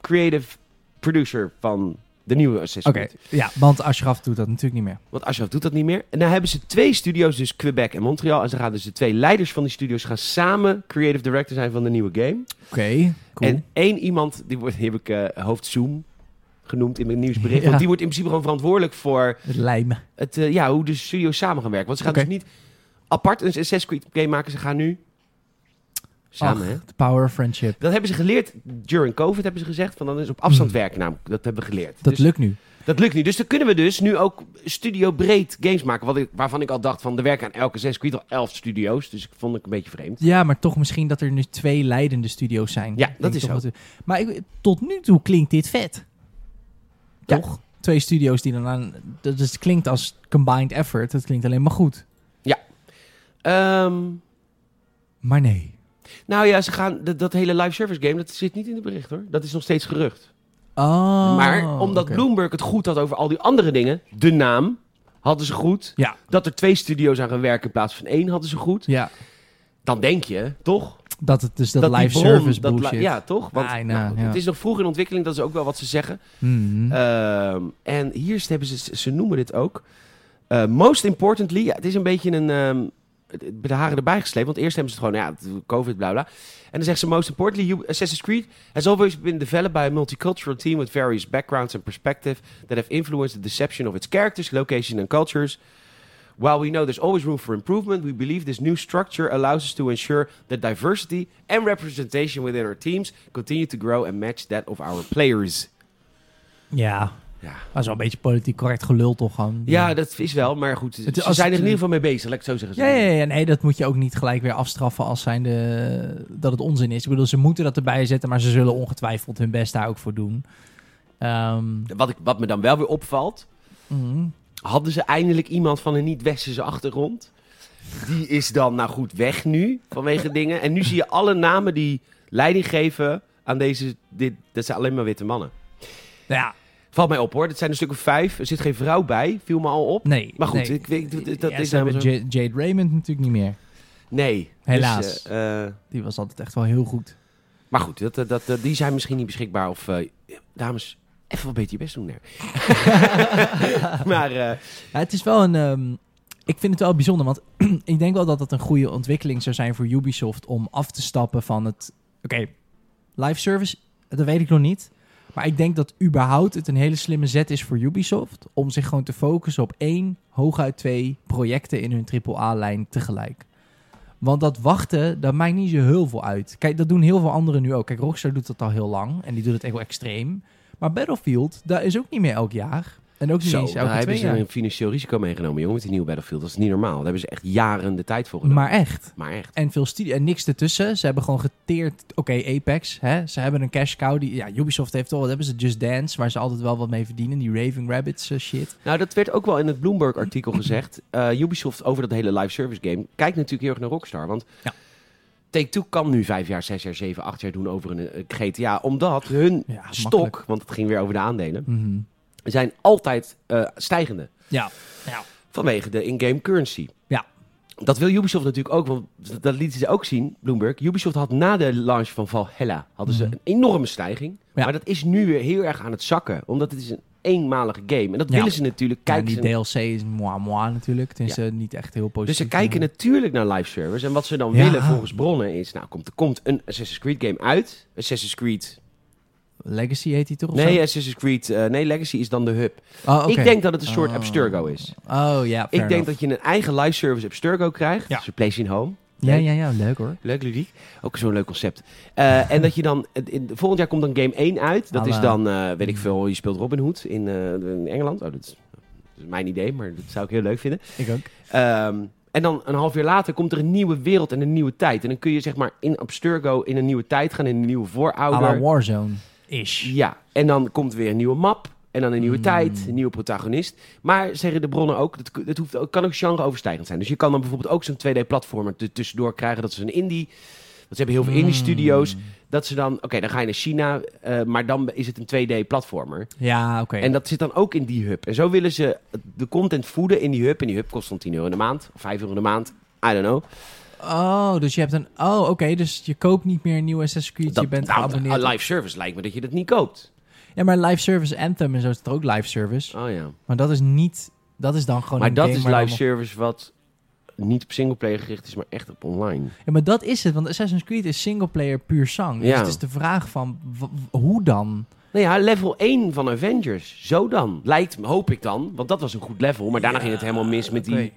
creative producer van de nieuwe Assassin's
Oké,
Creed.
ja, want Ashraf doet dat natuurlijk niet meer.
Want Ashraf doet dat niet meer. En nou hebben ze twee studio's, dus Quebec en Montreal. En ze gaan dus de twee leiders van die studio's gaan samen creative director zijn van de nieuwe game.
Oké, cool.
En één iemand, die, wordt, die heb ik eh, hoofd Zoom genoemd in mijn nieuwsbericht.
Ja.
Want die wordt in principe gewoon verantwoordelijk voor
Het lijmen.
het, eh, ja, hoe de studio's samen gaan werken. Want ze gaan
Oké.
dus niet apart een Assassin's Creed game maken. Ze gaan nu samen, hè?
Ach, the power of friendship.
Dat hebben ze geleerd during COVID, hebben ze gezegd. Van dan is op afstand werken namelijk. Dat hebben we geleerd.
Hmm. Dat
dus,
lukt nu.
dat lukt niet. Dus dan kunnen we dus nu ook studio breed games maken. Wat ik, waarvan ik al dacht van, er werken aan elke Assassin's Creed al elf studio's. Dus ik vond ik een beetje vreemd.
Ja, maar toch misschien dat er nu twee leidende studio's zijn.
Ja,
Ik
dat
denk
is
toch
zo.
we- maar ik, tot nu toe klinkt dit vet.
Ja.
Toch? Twee studio's die dan aan... Dat is- klinkt als combined effort. Dat klinkt alleen maar goed.
Ehm,
Maar nee.
nou ja, ze gaan, dat, dat hele live service game, dat zit niet in het bericht hoor. Dat is nog steeds gerucht.
Oh.
maar omdat
oké.
Bloomberg het goed had over al die andere dingen, de naam hadden ze goed.
Ja.
Dat er twee studio's aan gaan werken in plaats van één hadden ze goed.
Ja,
Dan denk je, toch?
dat het dus dat,
die
live
bron,
service
dat li-
bullshit.
ja, toch? Want
Ah, nou,
nou,
ja.
het is nog vroeg in ontwikkeling, dat is ook wel wat ze zeggen.
Mhm.
Ehm, en hier hebben ze, ze noemen dit ook. eh, most importantly, ja, het is een beetje een. ehm het- het- de haren erbij gesleept, want eerst hebben ze het gewoon, ja, het- COVID, bla bla. En dan zegt ze: Most importantly, you- Assassin's Creed has always been developed by a multicultural team with various backgrounds and perspectives that have influenced the deception of its characters, location and cultures. While we know there's always room for improvement, we believe this new structure allows us to ensure that diversity and representation within our teams continue to grow and match that of our players.
ja,
Ja.
dat is wel een beetje politiek correct gelul toch gewoon.
Ja, dat is wel, maar goed. Ze
Het-
ze
als
zijn er
het-
in ieder geval mee bezig, laat ik het zo zeggen.
Ja, ja, ja, nee, dat moet je ook niet gelijk weer afstraffen als zijnde dat het onzin is. Ik bedoel, ze moeten dat erbij zetten, maar ze zullen ongetwijfeld hun best daar ook voor doen. Ehm,
Wat, ik, wat me dan wel weer opvalt,
mhm.
hadden ze eindelijk iemand van een niet-westerse achtergrond. Die is dan, nou goed, weg nu, vanwege dingen. En nu zie je alle namen die leiding geven aan deze, dit, dat zijn alleen maar witte mannen.
Nou ja,
Valt mij op hoor, dat zijn een stuk of vijf. Er zit geen vrouw bij, viel me al op.
nee.
Maar goed,
nee.
ik weet- dat- dat
Ja,
is
ze hebben
namelijk
Ja- Jade Raymond natuurlijk niet meer.
Nee. Dus,
Helaas.
eh, eh,
Die was altijd echt wel heel goed.
maar goed, dat, dat, dat- die zijn misschien niet beschikbaar. Of, eh, dames, even wat beter je best doen. Nee. maar... eh,
Ja, het is wel een. ehm, ik vind het wel bijzonder, want ik denk wel dat dat een goede ontwikkeling zou zijn voor Ubisoft om af te stappen van het. Oké, live service, dat weet ik nog niet. Maar ik denk dat überhaupt het een hele slimme zet is voor Ubisoft om zich gewoon te focussen op één, hooguit twee projecten in hun AAA-lijn tegelijk. Want dat wachten, dat maakt niet zo heel veel uit. Kijk, dat doen heel veel anderen nu ook. Kijk, Rockstar doet dat al heel lang en die doet het echt wel extreem. Maar Battlefield, daar is ook niet meer elk jaar. En ook niet
Zo, nou,
eens
daar
elke
hebben
twee
ze
jaar.
dus een financieel risico meegenomen, jongen, met die nieuwe Battlefield. Dat is niet normaal. Daar hebben ze echt jaren de tijd voor gedaan.
Maar echt.
Maar echt.
En veel studie en niks ertussen. Ze hebben gewoon geteerd. Oké, Apex. Hè? Ze hebben een cash cow. Die, ja, Ubisoft heeft al. Wat hebben ze? Just Dance. Waar ze altijd wel wat mee verdienen. Die Raving Rabbits eh, shit.
Nou, dat werd ook wel in het Bloomberg-artikel gezegd. Eh, Ubisoft over dat hele live service game kijkt natuurlijk heel erg naar Rockstar. Want
Ja.
Take-Two kan nu vijf jaar, zes jaar, zeven, acht jaar doen over een eh, GTA. Omdat hun
Ja,
stok,
makkelijk.
want het ging weer over de aandelen,
Mhm.
zijn altijd eh, stijgende.
Ja. ja.
Vanwege de in-game currency.
Ja.
Dat wil Ubisoft natuurlijk ook, want dat- dat lieten ze ook zien, Bloomberg. Ubisoft had na de launch van Valhalla hadden ze
Mhm.
een enorme stijging.
Ja.
Maar dat is nu weer heel erg aan het zakken, omdat het is een eenmalige game. En dat
Ja.
willen ze natuurlijk
Kijk,
kijken.
die
ze-
DLC is moi moi natuurlijk. Tenminste, niet echt heel
dus
positief.
ze kijken natuurlijk naar live service. En wat ze dan
Ja.
willen volgens bronnen is, nou komt, er komt een Assassin's Creed game uit. Assassin's Creed...
Legacy heet die toch? of
Nee,
zo?
Assassin's Creed... eh, nee, Legacy is dan de hub.
Oh, oké.
Ik denk dat het een soort
Oh.
Abstergo is.
Oh ja.
Ik denk dat je een eigen live service Abstergo krijgt.
Ja.
Dus je place in home.
Ja, ja, ja. Leuk hoor.
Leuk, ludiek. Ook zo'n leuk concept. Eh, en dat je dan... het- In, volgend jaar komt dan game 1 uit. Dat is
Alla.
dan, eh, weet ik veel, je speelt Robin Hood in, eh, in Engeland. Oh, dat is, dat is mijn idee, maar dat zou ik heel leuk vinden.
Ik ook.
Ehm, en dan een half jaar later komt er een nieuwe wereld en een nieuwe tijd. En dan kun je zeg maar in Abstergo in een nieuwe tijd gaan, in een nieuwe
A la
voorouder.
Warzone. Ish.
Ja, en dan komt weer een nieuwe map. En dan een nieuwe
Hmm.
tijd, een nieuwe protagonist. Maar zeggen de bronnen ook, dat, dat hoeft, ook- kan ook genre-overstijgend zijn. Dus je kan dan bijvoorbeeld ook zo'n 2D-platformer er tussendoor krijgen. Dat is een indie. Want ze hebben heel veel indie-studio's.
Mm.
Dat ze dan, oké, dan ga je naar China, eh, maar dan is het een 2D-platformer.
Ja, oké.
En dat zit dan ook in die hub. En zo willen ze de content voeden in die hub. En die hub kost dan 10 euro in de maand, of 5 euro in de maand. I don't know.
Oh, dus je hebt een... Oh, oké. dus je koopt niet meer een nieuwe Assassin's Creed. je bent
nou,
geabonneerd op-
een live service lijkt me dat je dat niet koopt.
Ja, maar live service Anthem en zo is het ook live service.
Oh ja.
Maar dat is niet... Dat is dan gewoon
maar
een
dat
game
is
waar
live
allemaal-
service wat niet op singleplayer gericht is, maar echt op online.
Ja, maar dat is het. Want Assassin's Creed is singleplayer puur zang. Dus
Ja.
het is de vraag van... w- w- Hoe dan?
Nou ja, level 1 van Avengers. Zo dan. Lijkt, me- hoop ik dan. Want dat was een goed level. Maar daarna ging het helemaal mis met die...
Oké.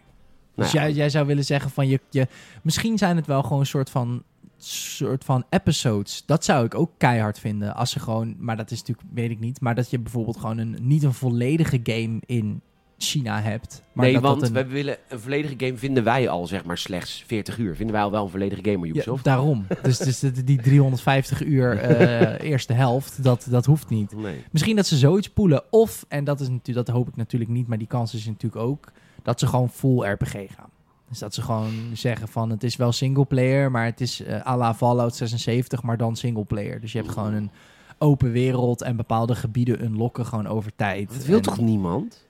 Nou
dus jij, jij zou willen zeggen van... Je, je, misschien zijn het wel gewoon een soort van... Soort van episodes. Dat zou ik ook keihard vinden. Als ze gewoon... Maar dat is natuurlijk... Weet ik niet. Maar dat je bijvoorbeeld gewoon een... Niet een volledige game in China hebt. Maar
Nee,
dat dat
want
een-
we willen een volledige game vinden wij al zeg maar slechts 40 uur. Vinden wij al wel een volledige game, maar
Ja,
Ubisoft?
daarom. Dus, dus die die 350 uur eh, eerste helft, dat, dat hoeft niet.
Nee.
Misschien dat ze zoiets poelen. Of, en dat, is natu- dat hoop ik natuurlijk niet, maar die kans is natuurlijk ook, dat ze gewoon full RPG gaan. Dus dat ze gewoon zeggen van het is wel singleplayer, maar het is eh à la Fallout 76, maar dan singleplayer. Dus je hebt gewoon een open wereld en bepaalde gebieden unlocken gewoon over tijd.
Dat wil
En-
toch niemand?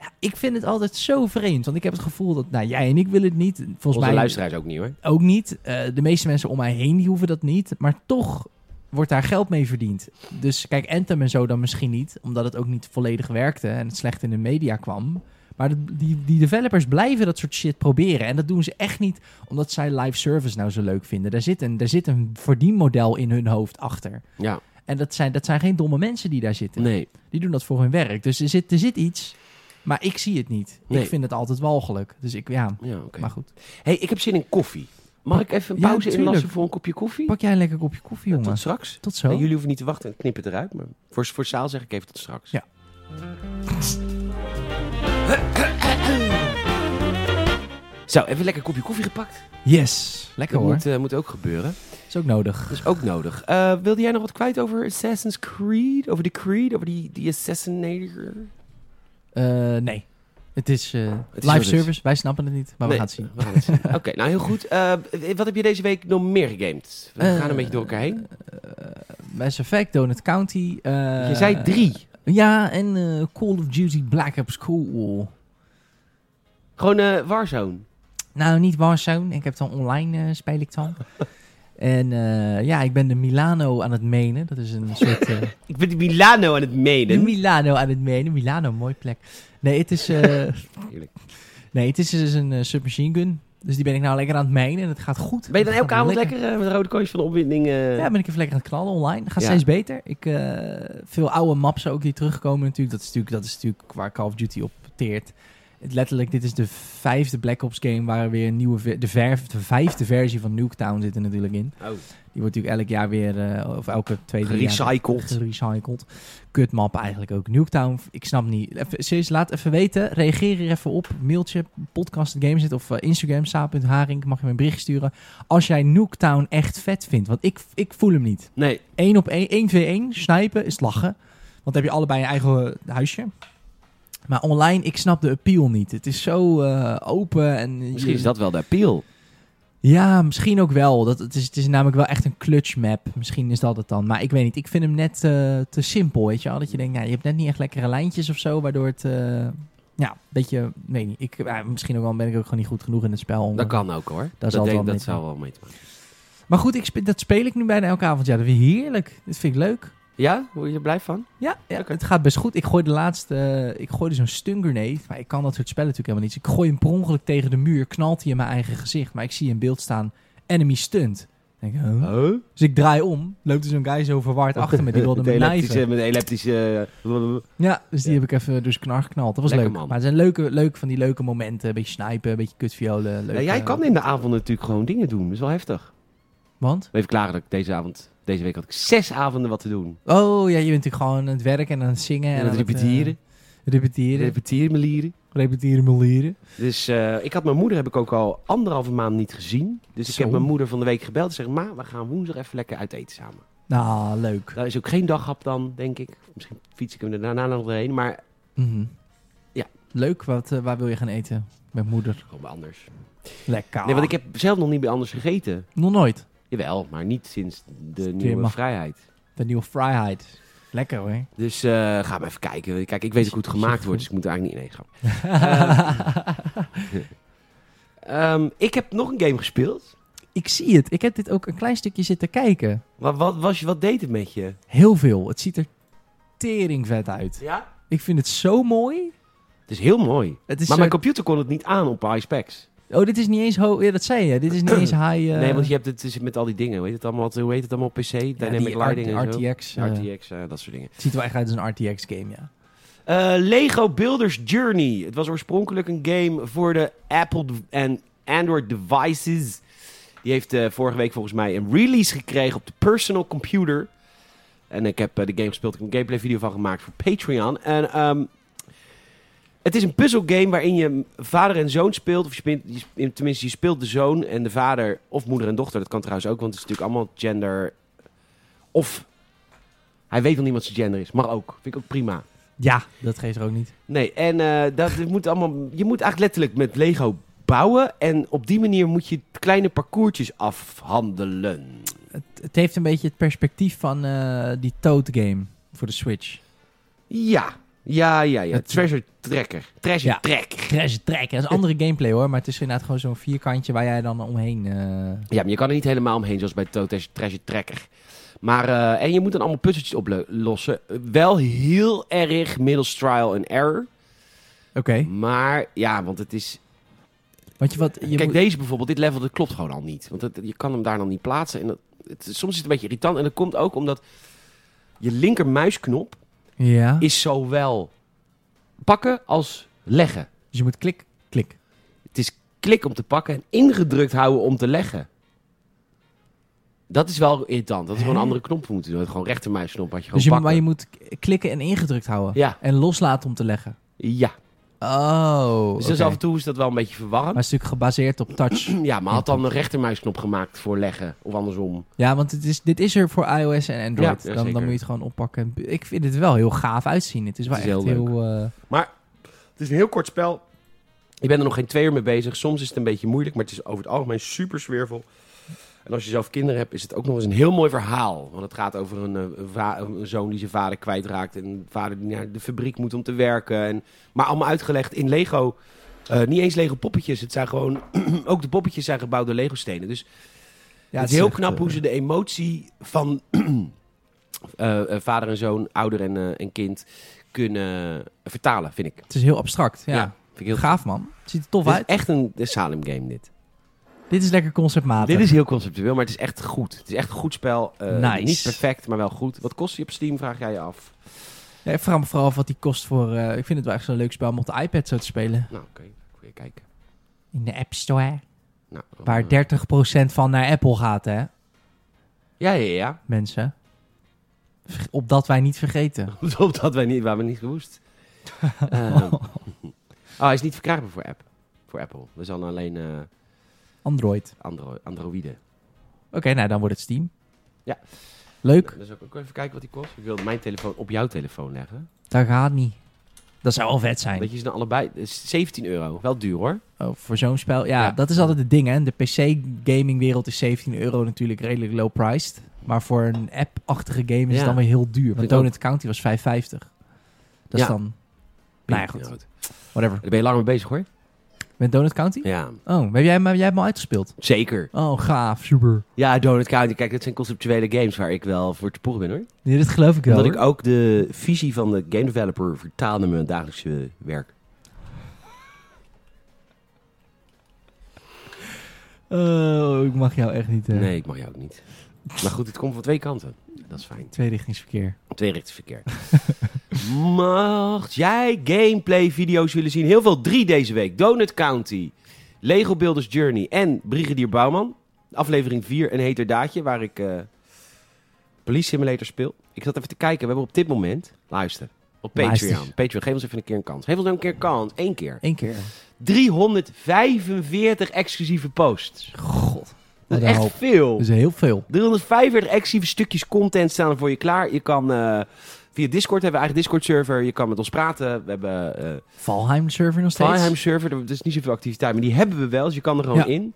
Ja, ik vind het altijd zo vreemd, want ik heb het gevoel dat, nou jij en ik willen het niet. Volgens
Onze
mij
luisteraars ook niet hoor.
ook niet. Eh, de meeste mensen om mij heen die hoeven dat niet. Maar toch wordt daar geld mee verdiend. Dus kijk, Anthem en zo dan misschien niet. Omdat het ook niet volledig werkte en het slecht in de media kwam. Maar de- die, die developers blijven dat soort shit proberen. En dat doen ze echt niet omdat zij live service nou zo leuk vinden. Daar zit een, daar zit een verdienmodel in hun hoofd achter.
Ja,
En dat zijn, dat zijn geen domme mensen die daar zitten.
nee.
Die doen dat voor hun werk. Dus er zit, er zit iets, maar ik zie het niet.
Nee.
Ik vind het altijd walgelijk. Dus ik, ja,
Ja, oké.
maar goed.
hey, ik heb zin in koffie. Mag ik even een
Ja,
pauze
tuurlijk.
inlassen voor een kopje koffie?
Pak jij een lekker kopje koffie, jongen.
Tot straks.
Tot zo.
En Nou, jullie hoeven niet te wachten en knip het eruit. Maar voor, voor zaal zeg ik even tot straks.
Ja.
Zo, even lekker een kopje koffie gepakt.
Yes, lekker
Dat
hoor.
moet, eh, moet ook gebeuren.
is ook nodig.
Dat is ook nodig. Eh, wilde jij nog wat kwijt over Assassin's Creed? Over de Creed? Over die, die Assassinator?
Eh, nee, het is, eh,
is wat
live
het
service. Wij snappen het niet, maar we
Nee,
gaan het zien.
We gaan het zien. Oké, nou heel goed. Eh, wat heb je deze week nog meer gegamed? We gaan een
Eh,
beetje door elkaar heen.
eh, Mass Effect, Donut County. eh,
je zei drie.
Ja, en eh, Call of Duty Black Ops Cool.
Gewoon eh, Warzone.
Nou, niet Warzone. Ik heb dan online eh, speel ik dan. en eh, ja, ik ben de Milano aan het menen. Dat is een soort... eh,
Ik ben die Milano aan het
de
menen.
Milano aan het menen. Milano, mooi plek. Nee, het is... eh,
Heerlijk.
nee, het is dus een eh, submachine gun. Dus die ben ik nou lekker aan het menen en het gaat goed.
Ben je
Het
dan
gaat
elke avond lekker eh, met rode kooitjes van de opwinding? eh,
Ja, ben ik even lekker aan het knallen online. Gaat
Ja.
steeds beter. Ik, eh, veel oude maps ook die terugkomen natuurlijk. Dat is natuurlijk, dat is natuurlijk waar Call of Duty op teert. Het, letterlijk, dit is de vijfde Black Ops game waar weer een nieuwe... ver- De, ver- de vijfde versie van Nuketown zit er natuurlijk in.
Oh,
Die wordt natuurlijk elk jaar weer, eh, of elke twee, drie jaar...
gerecycled.
Gerecycled. Kutmap eigenlijk ook. Nuketown, ik snap niet. Even, serieus, laat even weten. Reageer hier even op. Mailtje, podcast, gamezit of eh, Instagram, sa.haring. Mag je me een bericht sturen. Als jij Nuketown echt vet vindt. Want ik, ik voel hem niet.
Nee,
1 op 1, 1 v 1, snijpen is lachen. Want dan heb je allebei een eigen eh, huisje. Maar online, ik snap de appeal niet. Het is zo eh, open. En je-
misschien is dat wel de appeal.
ja, misschien ook wel. Dat, het, is, het is namelijk wel echt een clutch map. Misschien is dat het dan. Maar ik weet niet. Ik vind hem net eh, te simpel, weet je wel. Dat je denkt, nou, je hebt net niet echt lekkere lijntjes of zo. Waardoor het, eh, ja, een beetje, weet niet. Ik, ja, misschien ook wel ben ik ook gewoon niet goed genoeg in het spel. om-
Dat kan ook hoor.
zal
denk-
wel
dat
mee te
zou
maken.
wel mee te maken.
Maar goed, ik spe- dat speel ik nu bijna elke avond. Ja, dat vind ik heerlijk. Dat vind ik leuk.
Ja? Word je er blij van?
Ja, ja
Oké.
het gaat best goed. Ik gooi de laatste, eh, ik gooide zo'n stun grenade. Maar ik kan dat soort spellen natuurlijk helemaal niet. Dus ik gooi hem per ongeluk tegen de muur. Knalt hij in mijn eigen gezicht. Maar ik zie in beeld staan, enemy stunt. Dan denk ik, huh?
Oh.
Dus ik draai om, loopt er zo'n guy zo verward achter me, die wilde
met de
me
elliptische...
knijpen.
Met de elliptische eh,
Ja, dus die
Ja.
heb ik even dus knar geknald. Dat was
Lekker
leuk.
man.
Maar het zijn leuke, leuk van die leuke momenten. Een beetje snijpen, een beetje kutviolen. Leuk,
Ja, jij kan in de avond natuurlijk gewoon dingen doen. Dat is wel heftig.
Want?
Even klaren dat ik deze avond... Deze week had ik zes avonden wat te doen.
Oh ja, je bent natuurlijk gewoon aan het werk en aan het zingen.
En
en
het
aan eh,
repeteren.
repeteren.
Repeteren, mijn lieren.
Repeteren, moleren.
Dus eh, ik had mijn moeder heb ik ook al anderhalve maand niet gezien. Dus ik
Zo.
heb mijn moeder van de week gebeld en zeg ma, we gaan woensdag even lekker uit eten samen.
Nou, leuk.
Daar is ook geen daghap dan, denk ik. Misschien fiets ik hem er daarna nog doorheen, maar
Mhm.
Ja.
Leuk, wat, eh, waar wil je gaan eten? Met moeder.
gewoon bij anders.
Lekker.
Nee, want ik heb zelf nog niet bij anders gegeten.
Nog nooit.
Jawel, maar niet sinds de
Je
nieuwe
mag-
vrijheid.
De nieuwe vrijheid. Lekker hoor.
Dus eh, ga maar even kijken. Kijk, ik weet ook hoe het gemaakt wordt, dus ik moet er eigenlijk niet in gaan.
Ehm,
Ehm, ik heb nog een game gespeeld.
ik zie het. Ik heb dit ook een klein stukje zitten kijken.
Wat, wat, was je, wat deed het met je?
Heel veel. Het ziet er teringvet uit.
Ja?
Ik vind het zo mooi.
Het is heel mooi.
Het is eh,
Maar
zo-
mijn computer kon het niet aan op high specs.
Oh, dit is niet eens ho. Ja, dat zei je. Dit is niet eens high... eh,
Nee, want je hebt het dus met al die dingen, hoe heet het allemaal? Wat- Hoe heet het allemaal op PC?
ja,
Dynamic
die
Lighting en
RT-
zo.
RTX. eh,
RTX, eh, dat soort dingen.
het ziet er wel echt uit als een RTX-game, ja.
Eh, Lego Builders Journey. Het was oorspronkelijk een game voor de Apple d- en Android devices. Die heeft eh, vorige week volgens mij een release gekregen op de personal computer. En ik heb eh, de game gespeeld. Ik heb een gameplay video van gemaakt voor Patreon. En ehm, Het is een puzzelgame waarin je vader en zoon speelt. Of je speelt, je speelt- tenminste, je speelt de zoon en de vader. Of moeder en dochter. Dat kan trouwens ook, want het is natuurlijk allemaal gender. Of hij weet wel niet wat zijn gender is. Mag ook. Vind ik ook prima.
Ja, dat geeft er ook niet.
Nee, en eh, dat het moet allemaal. Je moet eigenlijk letterlijk met Lego bouwen. En op die manier moet je kleine parcoursjes afhandelen.
Het heeft een beetje het perspectief van eh, die Toad game voor de Switch.
Ja, ja, ja, ja.
Het-
Treasure Tracker. Treasure
Ja.
Tracker.
Crash Track, dat is andere gameplay hoor, maar het is inderdaad gewoon zo'n vierkantje waar jij dan omheen... eh,
Ja, maar je kan er niet helemaal omheen, zoals bij Toad Treasure- Treasure Tracker. Maar, eh, en je moet dan allemaal puzzeltjes oplossen. Wel heel erg middels trial and error.
Oké,
Maar ja, want het is...
want je wat... Je
Kijk,
moet-
deze bijvoorbeeld, dit level, dat klopt gewoon al niet. Want het- je kan hem daar dan niet plaatsen. En dat, het, soms is het een beetje irritant. En dat komt ook omdat je linker muisknop
Ja,
is zowel pakken als leggen.
dus je moet klik, klik.
Het is klik om te pakken en ingedrukt houden om te leggen. Dat is wel irritant. Dat is gewoon een
Hè?
andere knop moeten doen. Dat is Gewoon rechtermuisknop had je gewoon
Dus je, maar
pakken.
je moet k- klikken en ingedrukt houden.
Ja,
En loslaten om te leggen.
ja. Dus
Oh,
dat
oké.
Dus is af en toe is dat wel een beetje verwarrend.
Maar het is natuurlijk gebaseerd op touch.
Ja, maar had dan een rechtermuisknop gemaakt voor leggen of andersom.
Ja, want het is, dit is er voor iOS en Android.
Ja, ja,
dan,
zeker.
dan moet je het gewoon oppakken. en bu- Ik vind het wel heel gaaf uitzien. Het is wel
Het is
echt
heel
heel...
leuk.
eh,
Het is een heel kort spel. Ik ben er nog geen twee uur mee bezig. Soms is het een beetje moeilijk, maar het is over het algemeen super sfeervol. En als je zelf kinderen hebt, is het ook nog eens een heel mooi verhaal. Want het gaat over een, eh, een va- een zoon die zijn vader kwijtraakt. En een vader die naar de fabriek moet om te werken. En, maar allemaal uitgelegd in Lego. Eh, niet eens Lego poppetjes. Het zijn gewoon. ook de poppetjes zijn gebouwd door Lego stenen. Dus
ja,
het is heel
echt,
knap
eh,
hoe ze de emotie van eh, eh, vader en zoon, ouder en, eh, en kind kunnen vertalen, vind ik.
Het is heel abstract, ja.
vind ik heel
Gaaf man. Het ziet er tof
Het
uit.
is echt een de Salem game dit.
Dit is lekker conceptmatig.
Dit is heel conceptueel, maar het is echt goed. Het is echt een goed spel. Eh,
Nice.
Niet perfect, maar wel goed. Wat kost die op Steam, vraag jij je af.
Ja, ik vraag me vooral af wat die kost voor... eh, ik vind het wel echt zo'n leuk spel om op de iPad zo te spelen.
Nou, oké. Moet je kijken.
In de App Store.
Nou, dan,
Waar
eh,
30% van naar Apple gaat, hè,
Ja, ja, ja.
mensen. Verge- Opdat wij niet vergeten.
Omdat wij niet, waar we niet gewoest. Ehm. oh, hij is niet verkrijgbaar voor, app, voor Apple. We zijn alleen eh
Android.
Andro Androiden.
Oké, nou dan wordt het Steam.
Ja.
Leuk.
Nou, Dan zal ik ook even kijken wat die kost. Ik wil mijn telefoon op jouw telefoon leggen.
Dat gaat niet. Dat zou wel vet zijn.
Dat je ze dan allebei... eh, 17 euro. Wel duur, hoor.
Oh, voor zo'n spel. Ja,
Ja.
dat is altijd het ding, hè. De PC-gamingwereld is 17 euro natuurlijk redelijk low-priced. Maar voor een app-achtige game is
Ja.
het dan weer heel duur.
ik
Want Donut County was 5,50. Dat
Ja.
is dan... Nou ja, goed. Whatever.
Daar ben je lang mee bezig, hoor.
Met Donut County?
Ja,
Oh, heb jij, hem- jij hebt hem al uitgespeeld?
zeker.
Oh, gaaf. Super.
Ja, Donut County. Kijk, dat zijn conceptuele games waar ik wel voor te poeren ben hoor.
Nee, dit geloof ik wel.
Omdat
hoor.
ik ook de visie van de game developer vertaal naar mijn dagelijkse werk.
Oh, ik mag jou echt niet. eh.
Nee, ik mag jou ook niet. Maar goed, het komt van twee kanten. Dat is fijn.
Tweerichtingsverkeer.
Tweerichtingsverkeer. Mocht jij gameplay video's willen zien? Heel veel drie deze week. Donut County, Lego Builders Journey en Brigadier Bouwman. Aflevering 4, een heter daadje, waar ik eh, Police Simulator speel. Ik zat even te kijken. We hebben op dit moment, luister, op Patreon.
Luister.
Patreon, geef ons even een keer een kans. Geef ons nou een keer een kans. Eén keer.
Eén keer.
345 exclusieve posts.
God.
Dat
Wat
is
een
echt
Nou, hoop.
veel.
Dat is heel veel.
345 exclusieve stukjes content staan er voor je klaar. Je kan eh, via Discord hebben we eigen Discord-server. Je kan met ons praten. We hebben eh
Valheim server nog steeds.
Valheim-server. Er is niet zoveel activiteit, maar die hebben we wel. Dus je kan er gewoon
Ja.
in.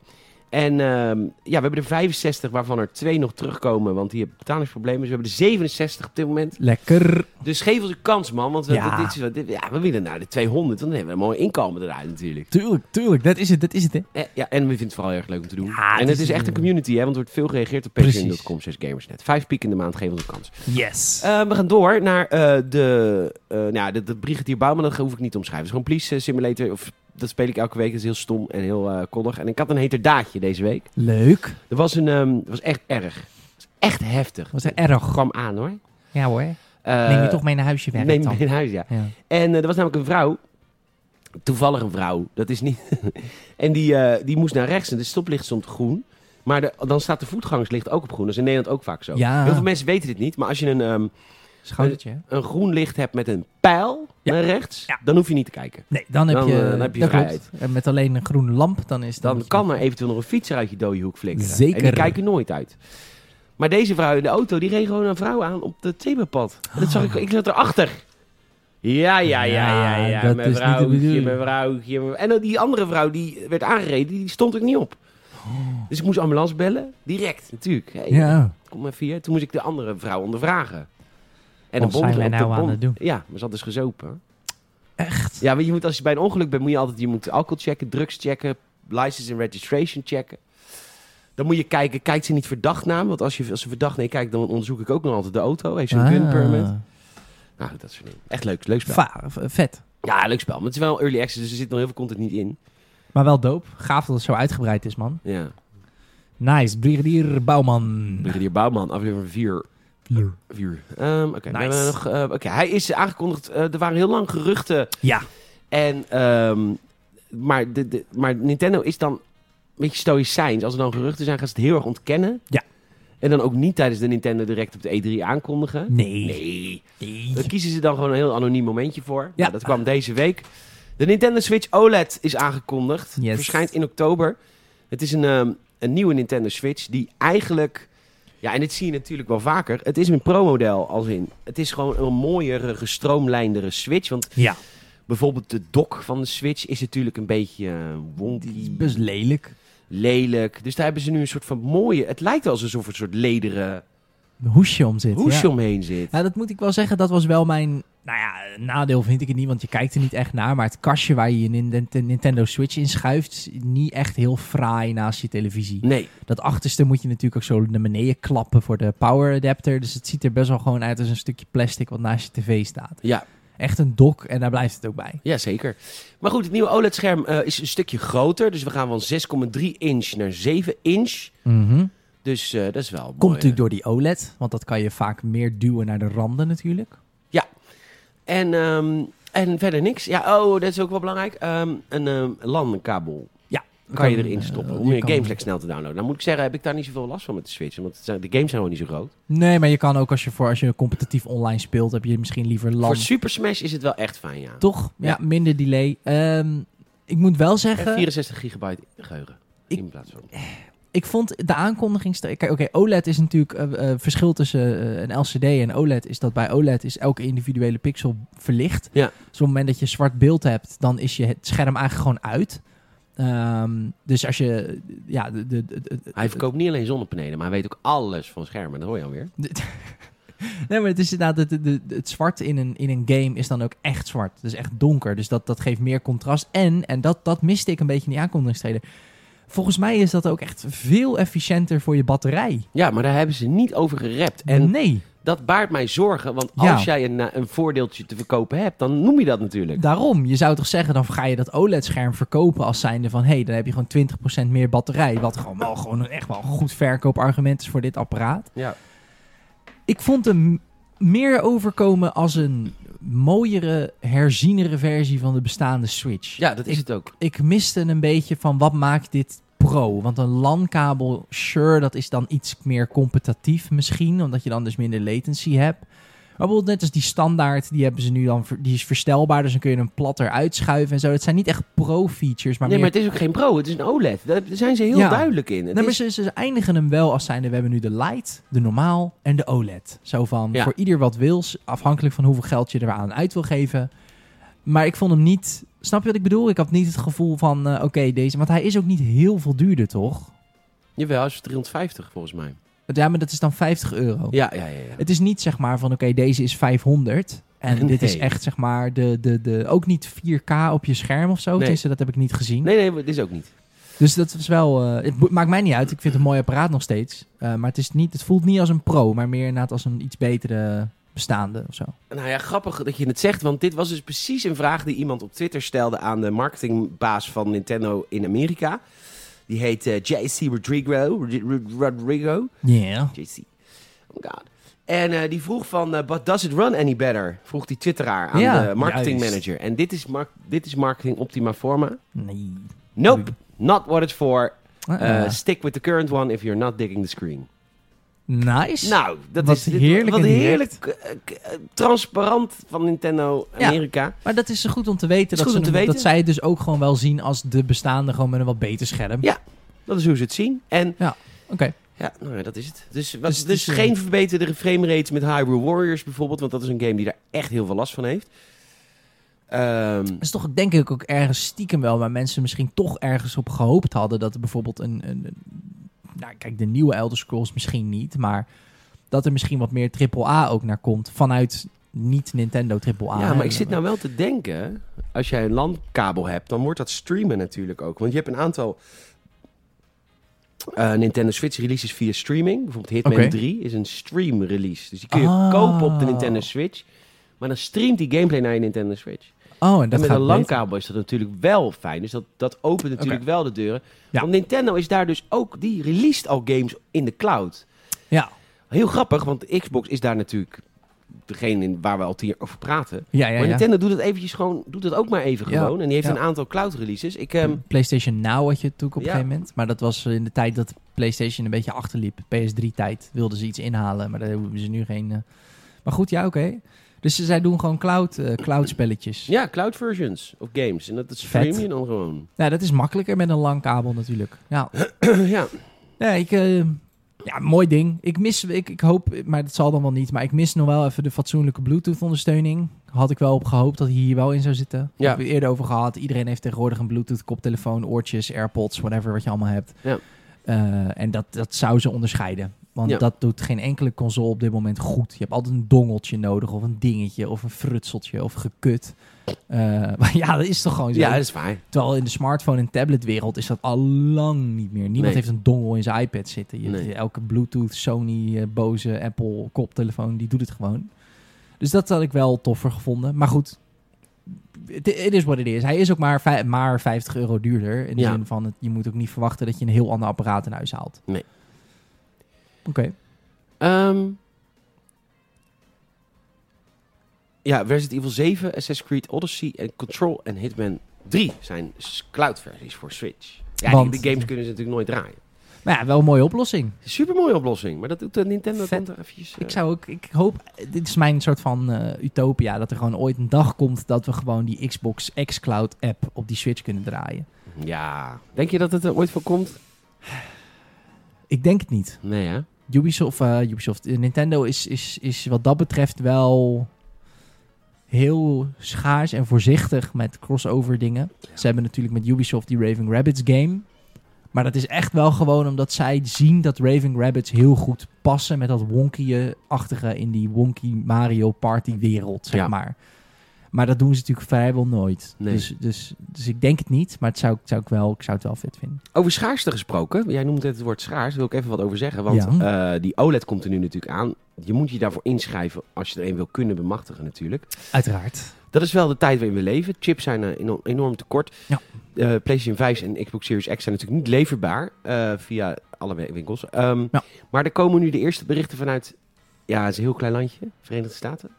En ehm, ja, we hebben er 65, waarvan er twee nog terugkomen. Want die hebben betalingsproblemen. Dus we hebben er 67 op dit moment.
Lekker.
Dus geef ons een kans, man. Want we,
Ja.
dit is, wat- dit- ja, we willen naar de 200. Dan hebben we een mooi inkomen eruit natuurlijk.
Tuurlijk, tuurlijk. Dat is het, dat is het, hè.
Eh, Ja, en we vinden het vooral heel erg leuk om te doen.
Ja, het
en het
is
is echt
een-
een community, hè, want er wordt veel gereageerd op
Precies.
patreon.com. slash gamersnet. Vijf piek in de maand geven we een kans.
Yes.
Eh, we gaan door naar eh, de, eh nou, ja, de, de Brigadier Bouwman. Dat hoef ik niet te omschrijven. Het is gewoon Police eh, Simulator. Of, dat speel ik elke week. Dat is heel stom en heel eh koddig. En ik had een heter daadje deze week.
Leuk.
Er was een... ehm, het was echt erg. Het was echt heftig.
Was er erg.
kwam aan, hoor.
Ja hoor.
Eh,
Neem je toch mee naar huisje werk
Neem
dan.
je in huis, ja.
Ja.
En eh, er was namelijk een vrouw. Toevallig een vrouw. Dat is niet... en die, eh, die moest naar rechts. En de stoplicht stond op groen. Maar de- dan staat de voetgangerslicht ook op groen. Dat is in Nederland ook vaak zo.
Ja.
Heel veel mensen weten dit niet. Maar als je een, ehm,
Schoudertje. hè?
een groen licht hebt met een pijl...
Ja.
naar rechts,
Ja.
dan hoef je niet te kijken.
Nee, dan heb
Dan,
je,
eh, dan heb je
dat klopt.
vrijheid.
En met alleen een groene lamp, dan is
Dan
dat...
kan er eventueel nog een fietser uit je dode hoek flikkeren. En die
Zeker.
kijken nooit uit. Maar deze vrouw in de auto, die reed gewoon een vrouw aan op het zebrapad. En Dat zag ik, ik zat erachter. Ja, ja, ja, ja, ja.
Ja, dat
mijn
is niet de
vrouwtje,
bedoeling.
mijn vrouwtje. mijn- En die andere vrouw die werd aangereden, die stond ook niet op. Dus ik moest ambulance bellen, direct natuurlijk. Hey,
Oh. Ja.
kom maar via. Toen moest ik de andere vrouw ondervragen. En
Wat
een bond
zijn wij
erop,
nou
de
aan
bond-
het doen?
Ja, maar ze had dus gezopen.
Echt?
Ja, maar je moet, als je bij een ongeluk bent, moet je altijd je moet alcohol checken, drugs checken, license en registration checken. Dan moet je kijken, kijkt ze niet verdacht naar? Want als, je, als ze verdacht nee kijkt, dan onderzoek ik ook nog altijd de auto. Heeft ze een
Ah.
gun permit? Nou, dat soort dingen. Echt leuk, leuk spel.
Va- v- vet.
ja, leuk spel. Maar het is wel early access, dus er zit nog heel veel content niet in.
Maar wel doop. Gaaf dat het zo uitgebreid is, man.
Ja.
Nice. Brigadier Bouwman.
Brigadier Bouwman, aflevering 4. Vier. Ehm, Oké, we
Nice.
hebben nog, eh, oké, hij is aangekondigd. eh, er waren heel lang geruchten
Ja.
En, ehm, maar, de, de- maar Nintendo is dan een beetje stoïcijns. Als er dan geruchten zijn, gaan ze het heel erg ontkennen.
Ja.
En dan ook niet tijdens de Nintendo direct op de E3 aankondigen.
Nee.
Nee.
Nee.
Daar kiezen ze dan gewoon een heel anoniem momentje voor. Ja.
Ja.
dat kwam deze week. De Nintendo Switch OLED is aangekondigd.
Yes.
Verschijnt in oktober. Het is een, ehm, een nieuwe Nintendo Switch die eigenlijk... Ja, en dit zie je natuurlijk wel vaker. Het is een pro-model als in. Het is gewoon een mooiere, gestroomlijndere Switch. Want
Ja.
Bijvoorbeeld de dock van de Switch is natuurlijk een beetje eh, wonky,
Die is best lelijk.
lelijk. Dus daar hebben ze nu een soort van mooie... Het lijkt wel alsof er een soort lederen
Een hoesje om zit.
hoesje
ja.
omheen zit.
Ja, dat moet ik wel zeggen. Dat was wel mijn... Nou ja, nadeel vind ik het niet, want je kijkt er niet echt naar. Maar het kastje waar je je Nin- Nintendo Switch in schuift... is niet echt heel fraai naast je televisie.
Nee,
Dat achterste moet je natuurlijk ook zo naar beneden klappen voor de power adapter. Dus het ziet er best wel gewoon uit als een stukje plastic wat naast je tv staat.
ja,
Echt een dok en daar blijft het ook bij.
ja zeker. Maar goed, het nieuwe OLED-scherm eh, is een stukje groter. Dus we gaan van 6,3 inch naar 7 inch.
Mhm.
Dus eh, dat is wel
Komt
mooi.
natuurlijk door die OLED, want dat kan je vaak meer duwen naar de randen natuurlijk.
En, ehm, en verder niks. Ja, oh, dat is ook wel belangrijk. Ehm, een ehm LAN-kabel. kan je erin
eh,
stoppen
die
om je
kan-
Gameflex snel te downloaden. Nou moet ik zeggen, heb ik daar niet zoveel last van met de Switch. Want het zijn- de games zijn gewoon niet zo groot.
Nee, maar je kan ook als je, voor, als je competitief online speelt, heb je misschien liever LAN.
Voor Super Smash is het wel echt fijn, ja.
Toch? Ja, minder delay. Ehm, ik moet wel
En
zeggen,
64 gigabyte geheugen.
Ik-
In plaats van.
ik vond de aankondiging... Kijk, oké, OLED is natuurlijk... eh eh, verschil tussen eh, een LCD en OLED is dat bij OLED is elke individuele pixel verlicht.
Ja.
Dus op het moment dat je zwart beeld hebt, dan is je het scherm eigenlijk gewoon uit. Ehm, dus als je... Ja, de, de, de- de-
Hij verkoopt niet alleen zonnepanelen, maar hij weet ook alles van schermen. Dat hoor je alweer.
Nee, maar het is inderdaad, het, het, het- het zwart in een, in een game is dan ook echt zwart. Het is echt donker, dus dat, dat geeft meer contrast. En, en dat, dat miste ik een beetje in die aankondigingstrailer. Volgens mij is dat ook echt veel efficiënter voor je batterij.
Ja, maar daar hebben ze niet over gerept. En
nee,
dat baart mij zorgen, want
Ja.
als jij een, eh, een voordeeltje te verkopen hebt, dan noem je dat natuurlijk.
daarom. Je zou toch zeggen, dan ga je dat OLED-scherm verkopen als zijnde van... hé, hey, dan heb je gewoon 20% meer batterij. Wat gewoon, wel, gewoon een, echt wel een goed verkoopargument is voor dit apparaat.
Ja.
Ik vond hem meer overkomen als een mooiere, herzienere versie van de bestaande Switch.
ja, dat is
Ik-
het ook.
Ik miste een beetje van wat maakt dit pro? Want een LAN-kabel, sure, dat is dan iets meer competitief misschien, omdat je dan dus minder latency hebt. Maar bijvoorbeeld net als die standaard, die hebben ze nu dan, ver- die is verstelbaar, dus dan kun je hem platter uitschuiven en zo. Het zijn niet echt pro-features, maar
nee, maar
meer...
het is ook geen pro, het is een OLED. Daar zijn ze heel
Ja.
duidelijk in. Het
Nee, maar
is-
ze, ze eindigen hem wel als zijnde, we hebben nu de light, de normaal en de OLED. Zo van,
Ja.
voor ieder wat wils, afhankelijk van hoeveel geld je eraan uit wil geven. Maar ik vond hem niet, snap je wat ik bedoel? Ik had niet het gevoel van, eh, oké, deze, want hij is ook niet heel veel duurder, toch?
Jawel, hij is 350 volgens mij.
Ja, maar dat is dan 50 euro.
Ja, ja, ja. ja.
Het is niet zeg maar van oké, deze is 500. En dit is
Nee.
echt zeg maar de, de, de, ook niet 4K op je scherm of zo. Tenminste, dat heb ik niet gezien.
Nee, nee, dit is ook niet.
Dus dat is wel, eh, het bo- maakt mij niet uit. Ik vind het een mooi apparaat nog steeds. Eh, maar het, is niet, het voelt niet als een pro, maar meer inderdaad als een iets betere bestaande of zo.
Nou ja, grappig dat je het zegt, want dit was dus precies een vraag die iemand op Twitter stelde aan de marketingbaas van Nintendo in Amerika. Die heet eh, JC Rodrigo. Rod- Rodrigo.
Ja.
JC. Oh my god. En eh, die vroeg van, eh, but does it run any better? Vroeg die twitteraar aan
Ja,
de marketingmanager.
juist.
En dit is, mar- dit is marketing optima forma.
Nee.
Nope, not what it's for.
Ah,
Eh,
ah.
Stick with the current one if you're not digging the screen.
Nice.
Nou, dat
Wat
is dit-
heerlijk
wat
en
heerlijk eh, eh, transparant van Nintendo
Ja.
Amerika.
Maar dat is goed om te weten.
Is
Dat,
goed
ze
om te
hem- dat
weten.
zij het dus ook gewoon wel zien als de bestaande gewoon met een wat beter scherm.
Ja. Dat is hoe ze het zien. En
Oké.
ja, nou ja, dat is het. Dus, wat,
Dus
dus,
het is, eh,
geen verbeterde frame rates met Hyrule Warriors bijvoorbeeld. Want dat is een game die daar echt heel veel last van heeft. Ehm,
Dat is toch denk ik ook ergens stiekem wel waar mensen misschien toch ergens op gehoopt hadden dat er bijvoorbeeld een, een, een- nou kijk de nieuwe Elder Scrolls misschien niet, maar dat er misschien wat meer AAA ook naar komt vanuit niet Nintendo AAA.
ja, maar ik zit nou wel te denken. Als jij een landkabel hebt, dan wordt dat streamen natuurlijk ook. Want je hebt een aantal eh, Nintendo Switch releases via streaming. Bijvoorbeeld Hitman
Oké.
3 is een stream release. Dus die kun je
Ah.
kopen op de Nintendo Switch. Maar dan streamt die gameplay naar je Nintendo Switch.
Oh, en dat
en met
gaat
een
beter.
landkabel is dat natuurlijk wel fijn. Dus dat, dat opent natuurlijk wel de deuren.
Ja.
Want Nintendo is daar dus ook... Die released al games in de cloud.
Ja.
Heel grappig, want Xbox is daar natuurlijk... Degene in- waar we al tien jaar over praten.
Ja, ja,
Maar
ja.
Nintendo doet dat eventjes gewoon, doet dat ook maar even
Ja.
gewoon. En die heeft
Ja. Hm.
een aantal cloud releases. Ik, ehm,
PlayStation Now had je natuurlijk op een
Ja.
gegeven moment, maar dat was in de tijd dat PlayStation een beetje achterliep. PS3 tijd wilden ze iets inhalen, maar daar hebben ze nu geen. eh, Maar goed, ja, oké. Dus ze- zij doen gewoon cloud, eh, cloud spelletjes.
ja, cloud versions of games. En dat, dat
Vet.
stream je dan gewoon.
Nou, dat is makkelijker met een lang kabel natuurlijk. Ja,
ja.
ja, ik, eh, ja mooi ding. Ik mis, ik, ik hoop, maar dat zal dan wel niet, maar ik mis nog wel even de fatsoenlijke Bluetooth-ondersteuning. Had ik wel op gehoopt dat hij hier wel in zou zitten.
Ja.
Hebben we eerder over gehad. Iedereen heeft tegenwoordig een Bluetooth-koptelefoon, oortjes, AirPods, whatever wat je allemaal hebt.
Ja.
Eh, en dat, dat zou ze onderscheiden. Want
Ja.
dat doet geen enkele console op dit moment goed. Je hebt altijd een dongeltje nodig, of een dingetje, of een frutseltje, of gekut. Eh, maar ja, dat is toch gewoon zo.
ja, dat is waar.
Terwijl in de smartphone- en tabletwereld is dat al lang niet meer. Niemand
Nee.
heeft een dongle in zijn iPad zitten. Je,
Nee.
Elke Bluetooth, Sony, eh, Bose, Apple koptelefoon, die doet het gewoon. Dus dat had ik wel toffer gevonden. Maar goed, het het is wat het is. Hij is ook maar, vij- maar 50 euro duurder. In de
Ja.
zin van, het, je moet ook niet verwachten dat je een heel ander apparaat in huis haalt.
Nee.
Oké.
Ehm, ja, Resident Evil 7, Assassin's Creed Odyssey en Control en Hitman 3 zijn s- cloud versies voor Switch. Ja,
Want-
die, die games kunnen ze natuurlijk nooit draaien.
Maar ja, wel een mooie oplossing.
Supermooie oplossing, maar dat doet de Nintendo
Vet.
komt er eventjes... eh,
Ik zou ook, ik hoop, dit is mijn soort van eh, utopia, dat er gewoon ooit een dag komt dat we gewoon die Xbox xCloud app op die Switch kunnen draaien.
Ja, denk je dat het er ooit voor komt?
Ik denk het niet.
Nee, hè?
Ubisoft, eh, Ubisoft eh, Nintendo is, is, is wat dat betreft wel heel schaars en voorzichtig met crossover dingen. Ze hebben natuurlijk met Ubisoft die Raving Rabbits game. Maar dat is echt wel gewoon omdat zij zien dat Raving Rabbits heel goed passen met dat wonky-achtige in die wonky Mario Party wereld, zeg
Ja.
maar. Maar dat doen ze natuurlijk vrijwel nooit.
Nee.
Dus, dus, dus ik denk het niet, maar het zou, zou ik, wel, ik zou het wel vet vinden.
Over schaarste gesproken, jij noemt net het woord schaars, daar wil ik even wat over zeggen. Want eh, die OLED komt er nu natuurlijk aan. Je moet je daarvoor inschrijven als je er een wil kunnen bemachtigen natuurlijk.
Uiteraard.
Dat is wel de tijd waarin we leven. Chips zijn eh, eno- enorm tekort.
Ja.
Eh, PlayStation 5 en Xbox Series X zijn natuurlijk niet leverbaar eh, via alle wi- winkels. Ehm,
Ja.
Maar er komen nu de eerste berichten vanuit, ja, het is een heel klein landje, Verenigde Staten.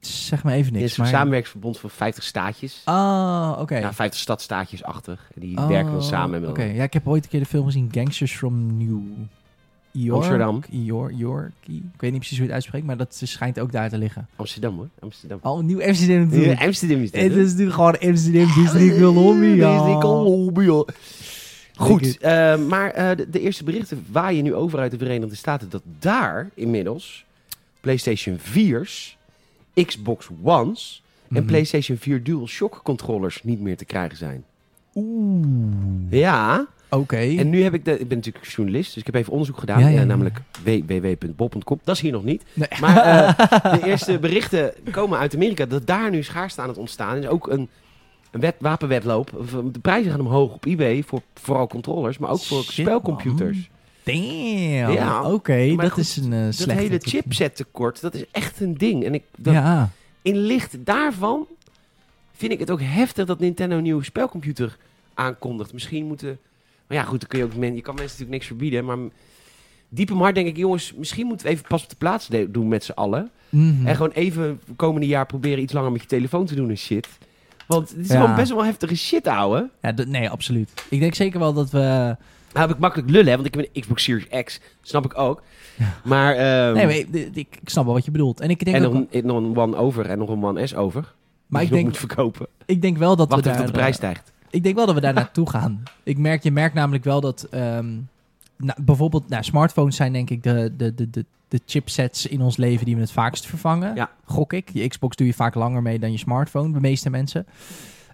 Zeg maar even
Het
niks.
is een
maar...
samenwerksverbond van 50 staatjes.
Ah, oké.
Ja, 50 stadstaatjes achter. En die
Oh,
werken dan samen. Met
Oké, ja, ik heb ooit een keer de film gezien Gangsters from New York.
Amsterdam.
York, Yorkie. Ik weet niet precies hoe je het uitspreekt, maar dat schijnt ook daar te liggen.
Amsterdam hoor, Amsterdam.
Al een nieuw Amsterdam natuurlijk.
Amsterdam is dit,
Het
hè?
is nu gewoon Amsterdam Disney Colombia.
Disney Colombia.
Denk
Goed, eh, maar eh, de, de eerste berichten waaien nu over uit de Verenigde Staten dat daar inmiddels PlayStation 4's, Xbox One's en
Mhm.
PlayStation 4 DualShock controllers niet meer te krijgen zijn.
Oeh.
Ja,
Oké.
en nu heb ik, de, ik ben natuurlijk journalist, dus ik heb even onderzoek gedaan,
Ja, ja,
eh,
ja.
namelijk www.bol.com. Dat is hier nog niet.
Nee.
Maar eh, de eerste berichten komen uit Amerika dat daar nu schaarste aan het ontstaan is. Ook een, een wet, wapenwedloop. De prijzen gaan omhoog op eBay voor vooral controllers, maar ook voor
Shit,
spelcomputers.
Damn.
Ja,
Oké,
maar
dat
goed,
is een eh
Dat
slechte
hele
ontwikkeling.
chipset tekort, dat is echt een ding. En ik, dat,
Ja.
in licht daarvan vind ik het ook heftig dat Nintendo een nieuwe spelcomputer aankondigt. Misschien moeten... Maar ja, goed, dan kun je, ook men, je kan mensen natuurlijk niks verbieden, maar... Diep in mijn hart denk ik, jongens, misschien moeten we even pas op de plaats de- doen met z'n allen.
Mhm.
En gewoon even komende jaar proberen iets langer met je telefoon te doen en shit. Want het is
Ja.
gewoon best wel heftige shit, ouwe.
Ja, dat- nee, absoluut. Ik denk zeker wel dat we
Nou heb ik makkelijk lullen, hè, want ik heb een Xbox Series X. Snap ik ook. Maar, ehm,
nee, maar ik, ik, ik snap wel wat je bedoelt. En ik denk,
en
ook
nog,
wel-
een- nog een One over en nog een One S over. die je
maar ik
nog
denk,
moet verkopen.
ik denk wel dat
Wacht
we
even
daar, eh,
tot de prijs stijgt.
Ik denk wel dat we daar naartoe gaan. Ik merk, je merkt namelijk wel dat ehm, nou, bijvoorbeeld nou, smartphones zijn denk ik de, de, de, de, de chipsets in ons leven die we het vaakst vervangen.
Ja.
Gok ik. Je Xbox doe je vaak langer mee dan je smartphone, de meeste mensen.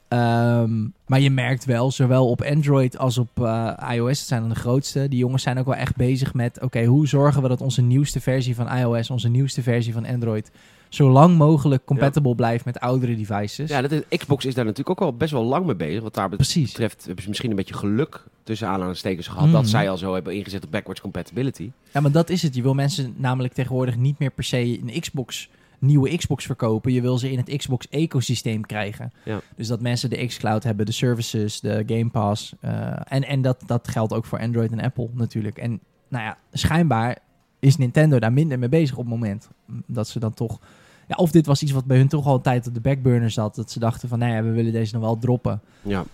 Ehm, maar je merkt wel, zowel op Android als op eh, iOS, dat zijn dan de grootste. Die jongens zijn ook wel echt bezig met, oké, hoe zorgen we dat onze nieuwste versie van iOS, onze nieuwste versie van Android, zo lang mogelijk compatible blijft met oudere devices.
Ja, dat is, Xbox is daar natuurlijk ook al best wel lang mee bezig. Wat daar bet-
Precies.
betreft hebben ze misschien een beetje geluk tussen aanhalingstekens gehad.
Mm.
Dat zij al zo hebben ingezet op backwards compatibility.
Ja, maar dat is het. Je wil mensen namelijk tegenwoordig niet meer per se een Xbox, nieuwe Xbox verkopen. Je wil ze in het Xbox-ecosysteem krijgen.
Ja.
Dus dat mensen de xCloud hebben, de services, de Game Pass. eh, en en dat, dat geldt ook voor Android en Apple natuurlijk. En nou ja, schijnbaar is Nintendo daar minder mee bezig op het moment. Dat ze dan toch... Ja, of dit was iets wat bij hun toch al een tijd op de backburner zat. Dat ze dachten van, nou ja, we willen deze nog wel droppen
Ja.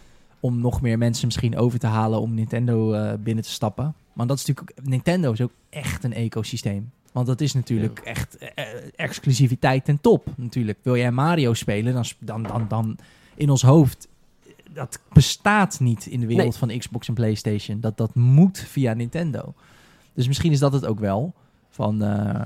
om nog meer mensen misschien over te halen om Nintendo eh, binnen te stappen. Want dat is natuurlijk ook- Nintendo is ook echt een ecosysteem. Want dat is natuurlijk echt eh, eh, exclusiviteit ten top. Natuurlijk wil jij Mario spelen, dan sp- dan dan dan in ons hoofd eh, dat bestaat niet in de wereld van Xbox en PlayStation. Dat dat moet via Nintendo. Dus misschien is dat het ook wel van eh,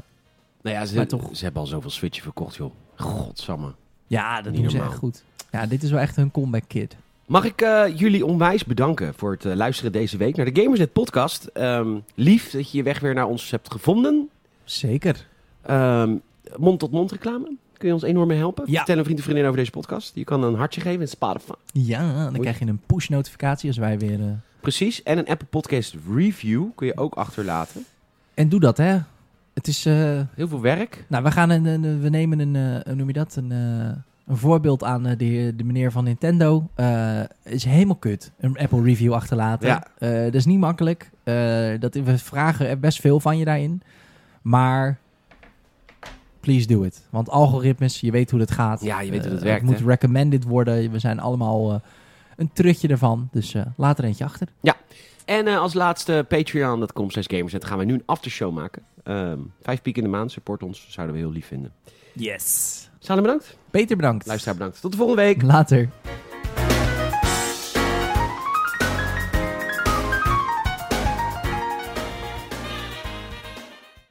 Nou ja, ze,
Maar toch-
ze hebben al zoveel Switchen verkocht, joh. Godsamme.
ja, dat
Niet
doen ze echt
normaal.
goed. Ja, dit is wel echt hun comeback kid.
Mag ik eh, jullie onwijs bedanken voor het eh, luisteren deze week naar de Gamersnet podcast. Ehm, lief dat je je weg weer naar ons hebt gevonden.
Zeker.
Ehm, Mond-tot-mond reclame. Kun je ons enorm mee helpen?
Ja.
Vertel een vriend of vriendin over deze podcast. Je kan een hartje geven in Spotify.
Ja, dan krijg je een push notificatie als wij weer eh,
Precies. En een Apple Podcast review kun je ook achterlaten.
En doe dat, hè. Het is... eh,
Heel veel werk.
nou, we, gaan een, een- we nemen een... eh, hoe noem je dat? Een, eh, een voorbeeld aan eh, de, heer- de meneer van Nintendo. Eh, is helemaal kut. Een Apple review achterlaten.
Ja.
Eh, dat is niet makkelijk. Eh, dat, we vragen er best veel van je daarin. Maar... Please do it. Want algoritmes, je weet hoe dat gaat.
Ja, je weet hoe
Eh,
dat werkt,
Het
hè.
moet recommended worden. We zijn allemaal eh, een trutje ervan. Dus eh, laat er eentje achter.
En eh, als laatste patreon.com slash gamersnet gaan wij nu een aftershow maken. Ehm, vijf piek in de maand. Support ons. Zouden we heel lief vinden.
Yes.
Salem bedankt.
Peter, bedankt.
Luisteraar bedankt. Tot de volgende week.
Later.